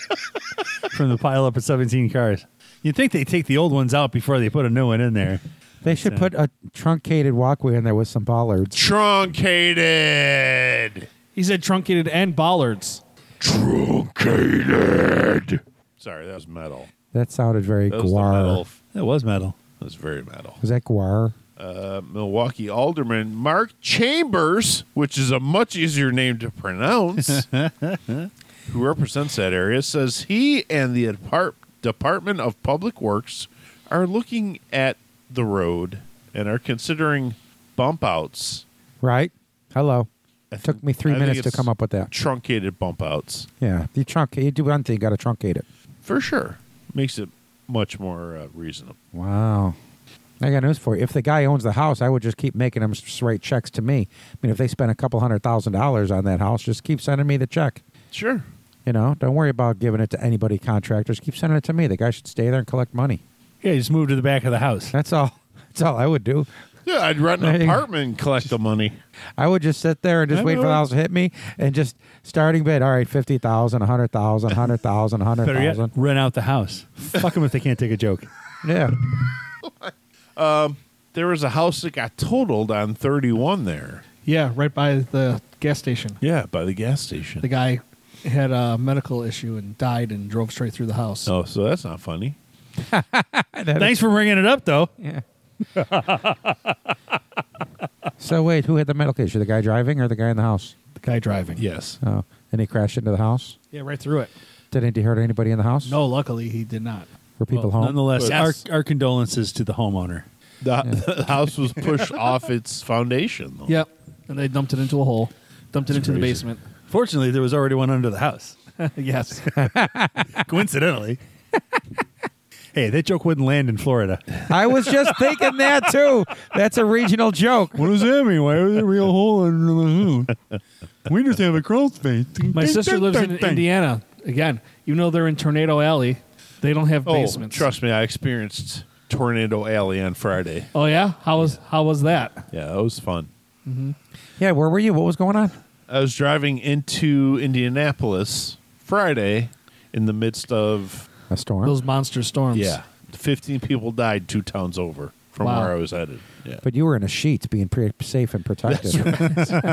From the pile up of 17 cars. You'd think they take the old ones out before they put a new one in there. They should put a truncated walkway in there with some bollards. Truncated. He said truncated and bollards. Truncated. Sorry, that was metal. That sounded very That was the guar. metal. That was metal. That was very metal. Was that guar? Uh, Milwaukee alderman Mark Chambers, which is a much easier name to pronounce, who represents that area, says he and the Depart- Department of Public Works are looking at the road and are considering bump outs, Right? Hello. I It took think- me three I think minutes to it's- come up with that. truncated bump outs. Yeah. You truncate. You do one thing, you got to truncate it. For sure. Makes it much more uh, reasonable. Wow. I got news for you. If the guy owns the house, I would just keep making him s- write checks to me. I mean, if they spent a couple hundred thousand dollars on that house, just keep sending me the check. Sure. You know, don't worry about giving it to anybody, contractors. Keep sending it to me. The guy should stay there and collect money. Yeah, just move to the back of the house. That's all. That's all I would do. Yeah, I'd rent an There you go. apartment and collect the money. I would just sit there and just I wait for would. the house to hit me and just starting bid. All right, 50,000, 100,000, 100,000, Better yet, 100,000. rent out the house. Fuck them if they can't take a joke. Yeah. There was a house that got totaled on 31 there. Yeah, right by the gas station. Yeah, by the gas station. The guy had a medical issue and died and drove straight through the house. oh, so that's not funny. Thanks for bringing it up, though. Yeah. so wait, who had the medical issue? The guy driving or the guy in the house? The guy driving. Yes. Oh, and he crashed into the house. Yeah, right through it. Didn't he hurt anybody in the house? No, Oh, luckily he did not. Were people home? Nonetheless, But- Yes. our, our condolences to the homeowner. The, the house was pushed off its foundation, though. Yep. And they dumped it into a hole, dumped it into the crazy. basement. Fortunately, there was already one under the house. yes. Coincidentally. hey, that joke wouldn't land in Florida. I was just thinking that too. That's a regional joke. What does that mean? Why was it a real hole under the house? We just have a crawl space. My sister lives in Indiana. Again, even though they're in Tornado Alley, they don't have Oh, basements. trust me, I experienced Tornado Alley on Friday. Oh yeah? How was how was that? Yeah, that was fun. Yeah, where were you? What was going on? I was driving into Indianapolis Friday in the midst of, A storm. Those monster storms. yeah, 15 people died two towns over from Wow. where I was headed. Yeah. but you were in a sheet, being pre- safe and protected.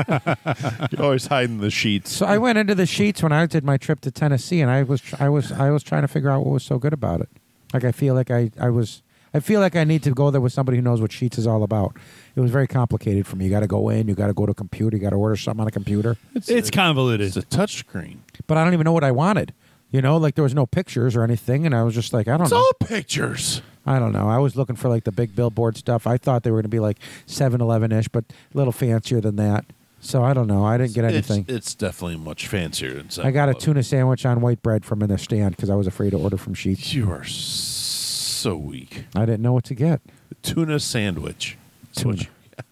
You're always hiding the sheets. So I went into the sheets when I did my trip to Tennessee, and I was tr- I was I was trying to figure out what was so good about it. Like I feel like I I was I feel like I need to go there with somebody who knows what sheets is all about. It was very complicated for me. You got to go in, you got to go to a computer, you got to order something on a computer. It's uh, It's a convoluted. touchscreen. But I don't even know what I wanted. You know, like there was no pictures or anything, and I was just like, I don't It's know. all pictures. I don't know. I was looking for like the big billboard stuff. I thought they were going to be like 7-Eleven ish, but a little fancier than that. So I don't know. I didn't get anything. It's, it's definitely much fancier. Than I got a 7-Eleven. tuna sandwich on white bread from in the stand because I was afraid to order from Sheets. You are so weak. I didn't know what to get. Tuna sandwich. That's what Tuna. you-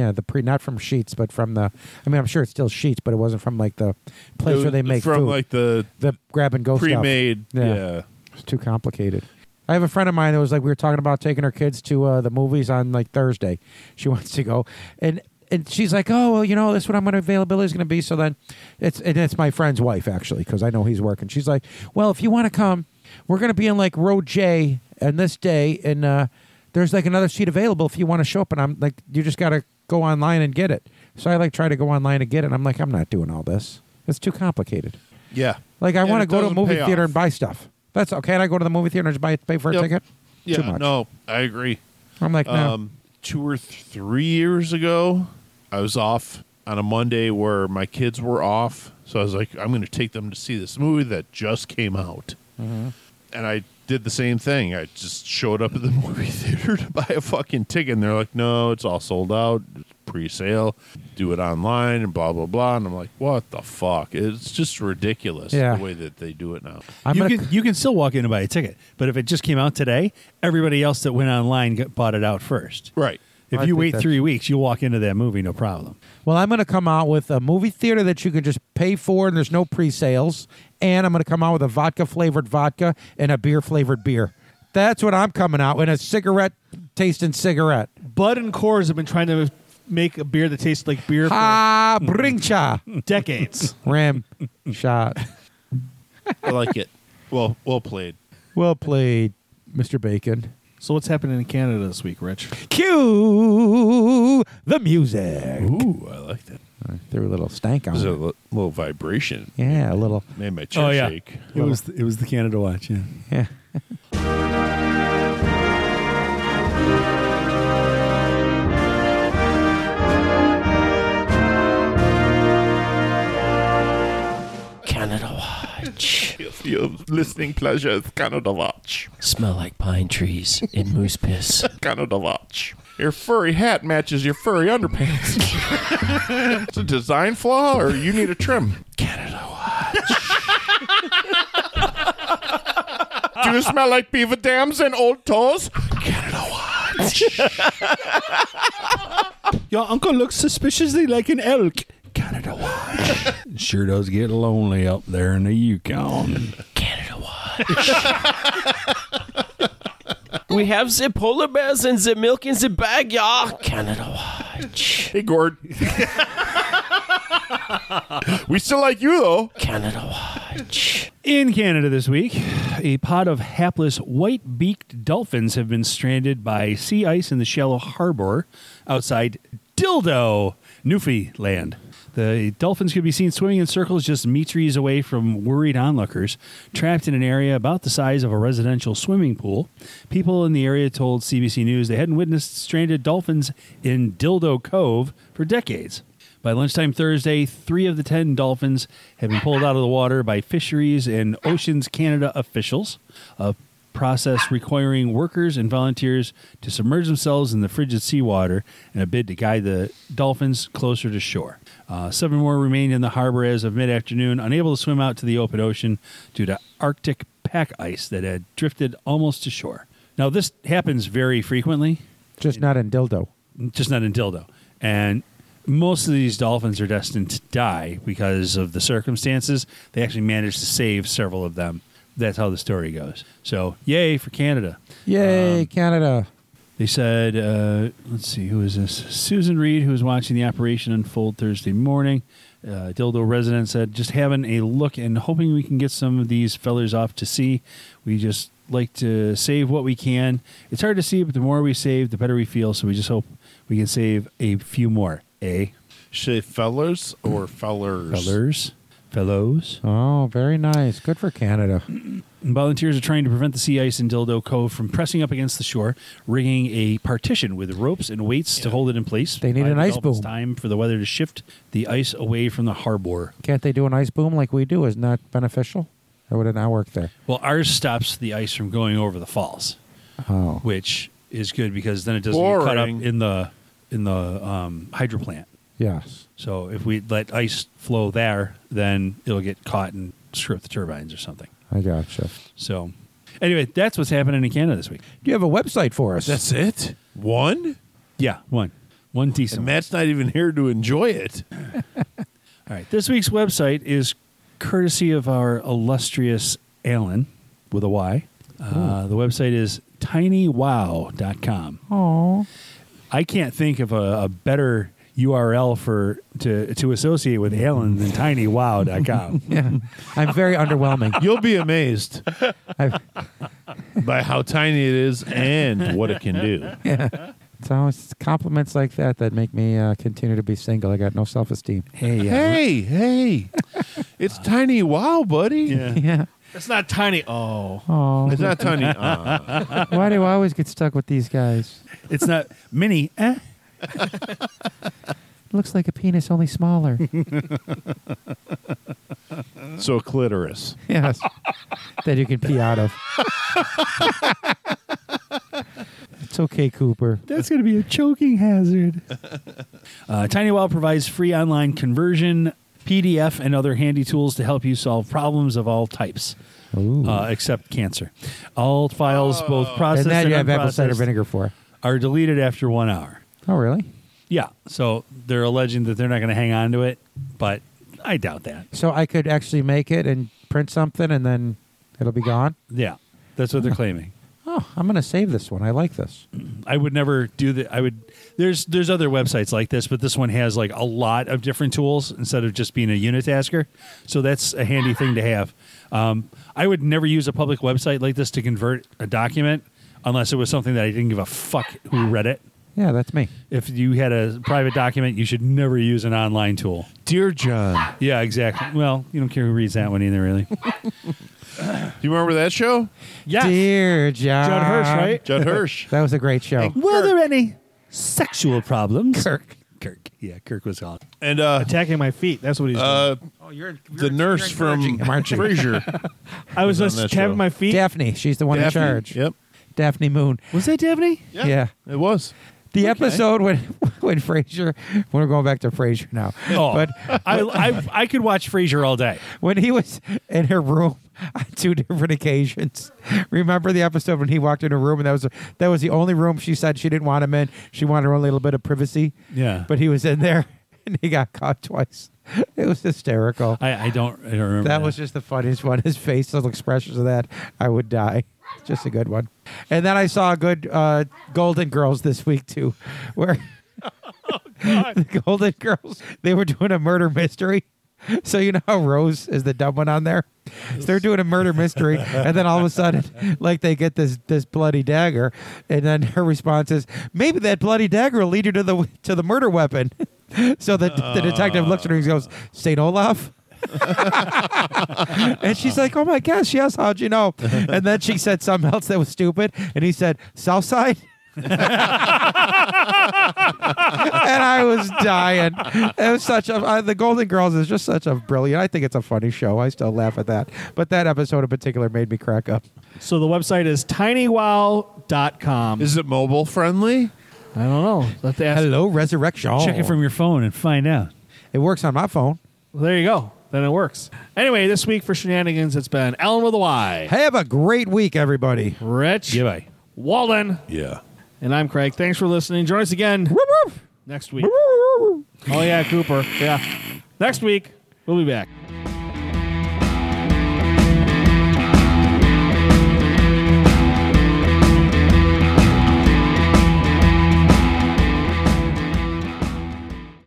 Yeah, the pre not from Sheets, but from the. I mean, I'm sure it's still Sheets, but it wasn't from like the place It where they was make from food. like the the grab and go stuff. pre-made. Yeah. yeah. It's too complicated. I have a friend of mine that was like we were talking about taking her kids to uh, the movies on like Thursday. She wants to go, and and she's like, oh well, you know, that's what I'm going to availability is going to be. So then, it's and it's my friend's wife actually because I know he's working. She's like, well, if you want to come, we're going to be in like row J and this day, and uh, there's like another seat available if you want to show up. And I'm like, you just got to go online and get it. So I like try to go online and get it. And I'm like, I'm not doing all this. It's too complicated. Yeah. Like I And want to it go to a doesn't movie pay theater off. and buy stuff. That's okay. Can I go to the movie theater and just buy pay for a Yep. ticket? Yeah, Too much. no, I agree. I'm like, no. Um, two or th- three years ago, I was off on a Monday where my kids were off. So I was like, I'm going to take them to see this movie that just came out. Mm-hmm. And I did the same thing. I just showed up at the movie theater to buy a fucking ticket. And they're like, no, it's all sold out. It's pre sale. Do it online and blah, blah, blah. And I'm like, what the fuck? It's just ridiculous Yeah. the way that they do it now. I'm you gonna. can you can still walk in and buy a ticket, but if it just came out today, everybody else that went online got, bought it out first. Right. If I you think wait that's- three weeks, you'll walk into that movie no problem. well, I'm gonna come out with a movie theater that you can just pay for and there's no pre-sales, and I'm gonna come out with a vodka flavored vodka and a beer flavored beer. That's what I'm coming out with a cigarette tasting cigarette. Bud and Coors have been trying to make a beer that tastes like beer for Ah, bringcha decades. rim shot. I like it. Well, well played. Well played, Mr. Bacon. So what's happening in Canada this week, Rich? Cue the music. Ooh, I like that. Threw a little stank on There's a it. li- little vibration. Yeah, a little. Made my chair shake. it was it was the Canada Watch. Yeah. Yeah. Canada Watch. If Your listening pleasure is Canada Watch. Smell like pine trees and moose piss. Canada Watch. Your furry hat matches your furry underpants. it's a design flaw, or you need a trim. Canada Watch. Do you smell like beaver dams and old toes? Canada Watch. Your uncle looks suspiciously like an elk. Canada Watch. Sure does get lonely up there in the Yukon. Canada Watch. we have the polar bears and the milk in the bag, y'all. Canada Watch. Hey, Gord. we still like you, though. Canada Watch. In Canada this week, a pod of hapless white beaked dolphins have been stranded by sea ice in the shallow harbor outside Dildo, Newfoundland. The dolphins could be seen swimming in circles just meters away from worried onlookers, trapped in an area about the size of a residential swimming pool. People in the area told CBC News they hadn't witnessed stranded dolphins in Dildo Cove for decades. By lunchtime Thursday, three of the 10 dolphins had been pulled out of the water by fisheries and Oceans Canada officials, a process requiring workers and volunteers to submerge themselves in the frigid seawater in a bid to guide the dolphins closer to shore. Uh, seven more remained in the harbor as of mid afternoon, unable to swim out to the open ocean due to Arctic pack ice that had drifted almost to shore. Now, this happens very frequently Just not in dildo. just not in dildo. And most of these dolphins are destined to die because of the circumstances. They actually managed to save several of them. That's how the story goes. So, yay for Canada. Yay, Canada. They said, uh, let's see, who is this? Susan Reed, who was watching the operation unfold Thursday morning. Uh, Dildo resident said, just having a look and hoping we can get some of these fellers off to sea. We just like to save what we can. It's hard to see, but the more we save, the better we feel. So we just hope we can save a few more. Eh? Say fellers or fellers? Fellers? Fellows? Oh, very nice. Good for Canada. Volunteers are trying to prevent the sea ice in Dildo Cove from pressing up against the shore, rigging a partition with ropes and weights to hold it in place. They need an Five ice dolphins boom. Time for the weather to shift the ice away from the harbor. Can't they do an ice boom like we do? Isn't that beneficial? Or would it not work there? Well, ours stops the ice from going over the falls. Oh. which is good because then it doesn't get cut up Boring. in the in the um, hydro plant. Yes. So if we let ice flow there, then it'll get caught and screw up the turbines or something. I gotcha. So anyway, that's what's happening in Canada this week. Do you have a website for us? That's it. One, Yeah, one. One decent. and one. Matt's not even here to enjoy it. All right. This week's website is courtesy of our illustrious Alan with a Y. Uh, the website is tinywow.com. oh. I can't think of a, a better URL for to to associate with Alan than tinywow.com. Yeah. I'm very underwhelming. You'll be amazed I, by how tiny it is and what it can do. it's always compliments like that that make me uh, continue to be single. I got no self esteem. hey, uh, Hey, hey, it's tiny. Wow, buddy. Yeah. It's not tiny. Oh. Oh. It's not tiny. Uh, Why do I always get stuck with these guys? it's not mini. Eh? Looks like a penis, only smaller. so clitoris. yes. That you can pee out of. it's okay, Cooper. That's going to be a choking hazard. uh, TinyWow provides free online conversion, PDF, and other handy tools to help you solve problems of all types, Ooh. uh, except cancer. All files, both and processed and, that you have apple cider unprocessed, vinegar for. are deleted after one hour. Oh, really? Yeah, so they're alleging that they're not going to hang on to it, but I doubt that. So I could actually make it and print something and then it'll be gone? Yeah, that's what they're claiming. Oh, I'm going to save this one. I like this. I would never do that. I would. There's there's other websites like this, but this one has like a lot of different tools instead of just being a unitasker. So that's a handy thing to have. Um, I would never use a public website like this to convert a document unless it was something that I didn't give a fuck who read it. Yeah, that's me. If you had a private document, you should never use an online tool. Dear John, Yeah, exactly. Well, you don't care who reads that one either, really. do you remember that show? Yeah. Dear John. John Hirsch, right? Judd Hirsch. That was a great show. Were there any sexual problems? Kirk. Kirk. Yeah, Kirk was on. And uh, Attacking my feet. That's what he's doing. uh, Oh, you're, the nurse from Frasier. I was on just that tapping show. my feet. Daphne. She's the one in Daphne. charge. Yep. Daphne Moon. Was that Daphne? Yeah. Yeah. It was. The episode when when Frasier, we're going back to Frasier now, Oh, but I, I I could watch Frasier all day. when he was in her room on two different occasions. Remember the episode when he walked in her room and that was that was the only room she said she didn't want him in. She wanted her own little bit of privacy. Yeah. But he was in there and he got caught twice. It was hysterical. I, I don't I don't remember. That was just the funniest one. His facial expressions of that, I would die. Just a good one. And then I saw a good uh, Golden Girls this week too, where the Golden Girls they were doing a murder mystery. So you know how Rose is the dumb one on there. So they're doing a murder mystery, and then all of a sudden, like they get this this bloody dagger, and then her response is, "Maybe that bloody dagger will lead you to the to the murder weapon." So the, the detective looks at her and goes, "Saint Olaf." And she's like, "Oh my gosh, yes, how'd you know?" And then she said something else that was stupid, and he said, "Southside." and I was dying. It was such a uh, the Golden Girls is just such a brilliant. I think it's a funny show. I still laugh at that, but that episode in particular made me crack up. So the website is tinywow.com. Is it mobile friendly? I don't know. Let's ask. Hello, Resurrection. Check it from your phone and find out. It works on my phone. Well, there you go. Then it works. Anyway, this week for shenanigans, it's been Alan with a Y, Have a great week, everybody. Rich Goodbye. Walden, Yeah. and I'm Craig. Thanks for listening. Join us again next week. Oh yeah, Cooper. Yeah, next week we'll be back.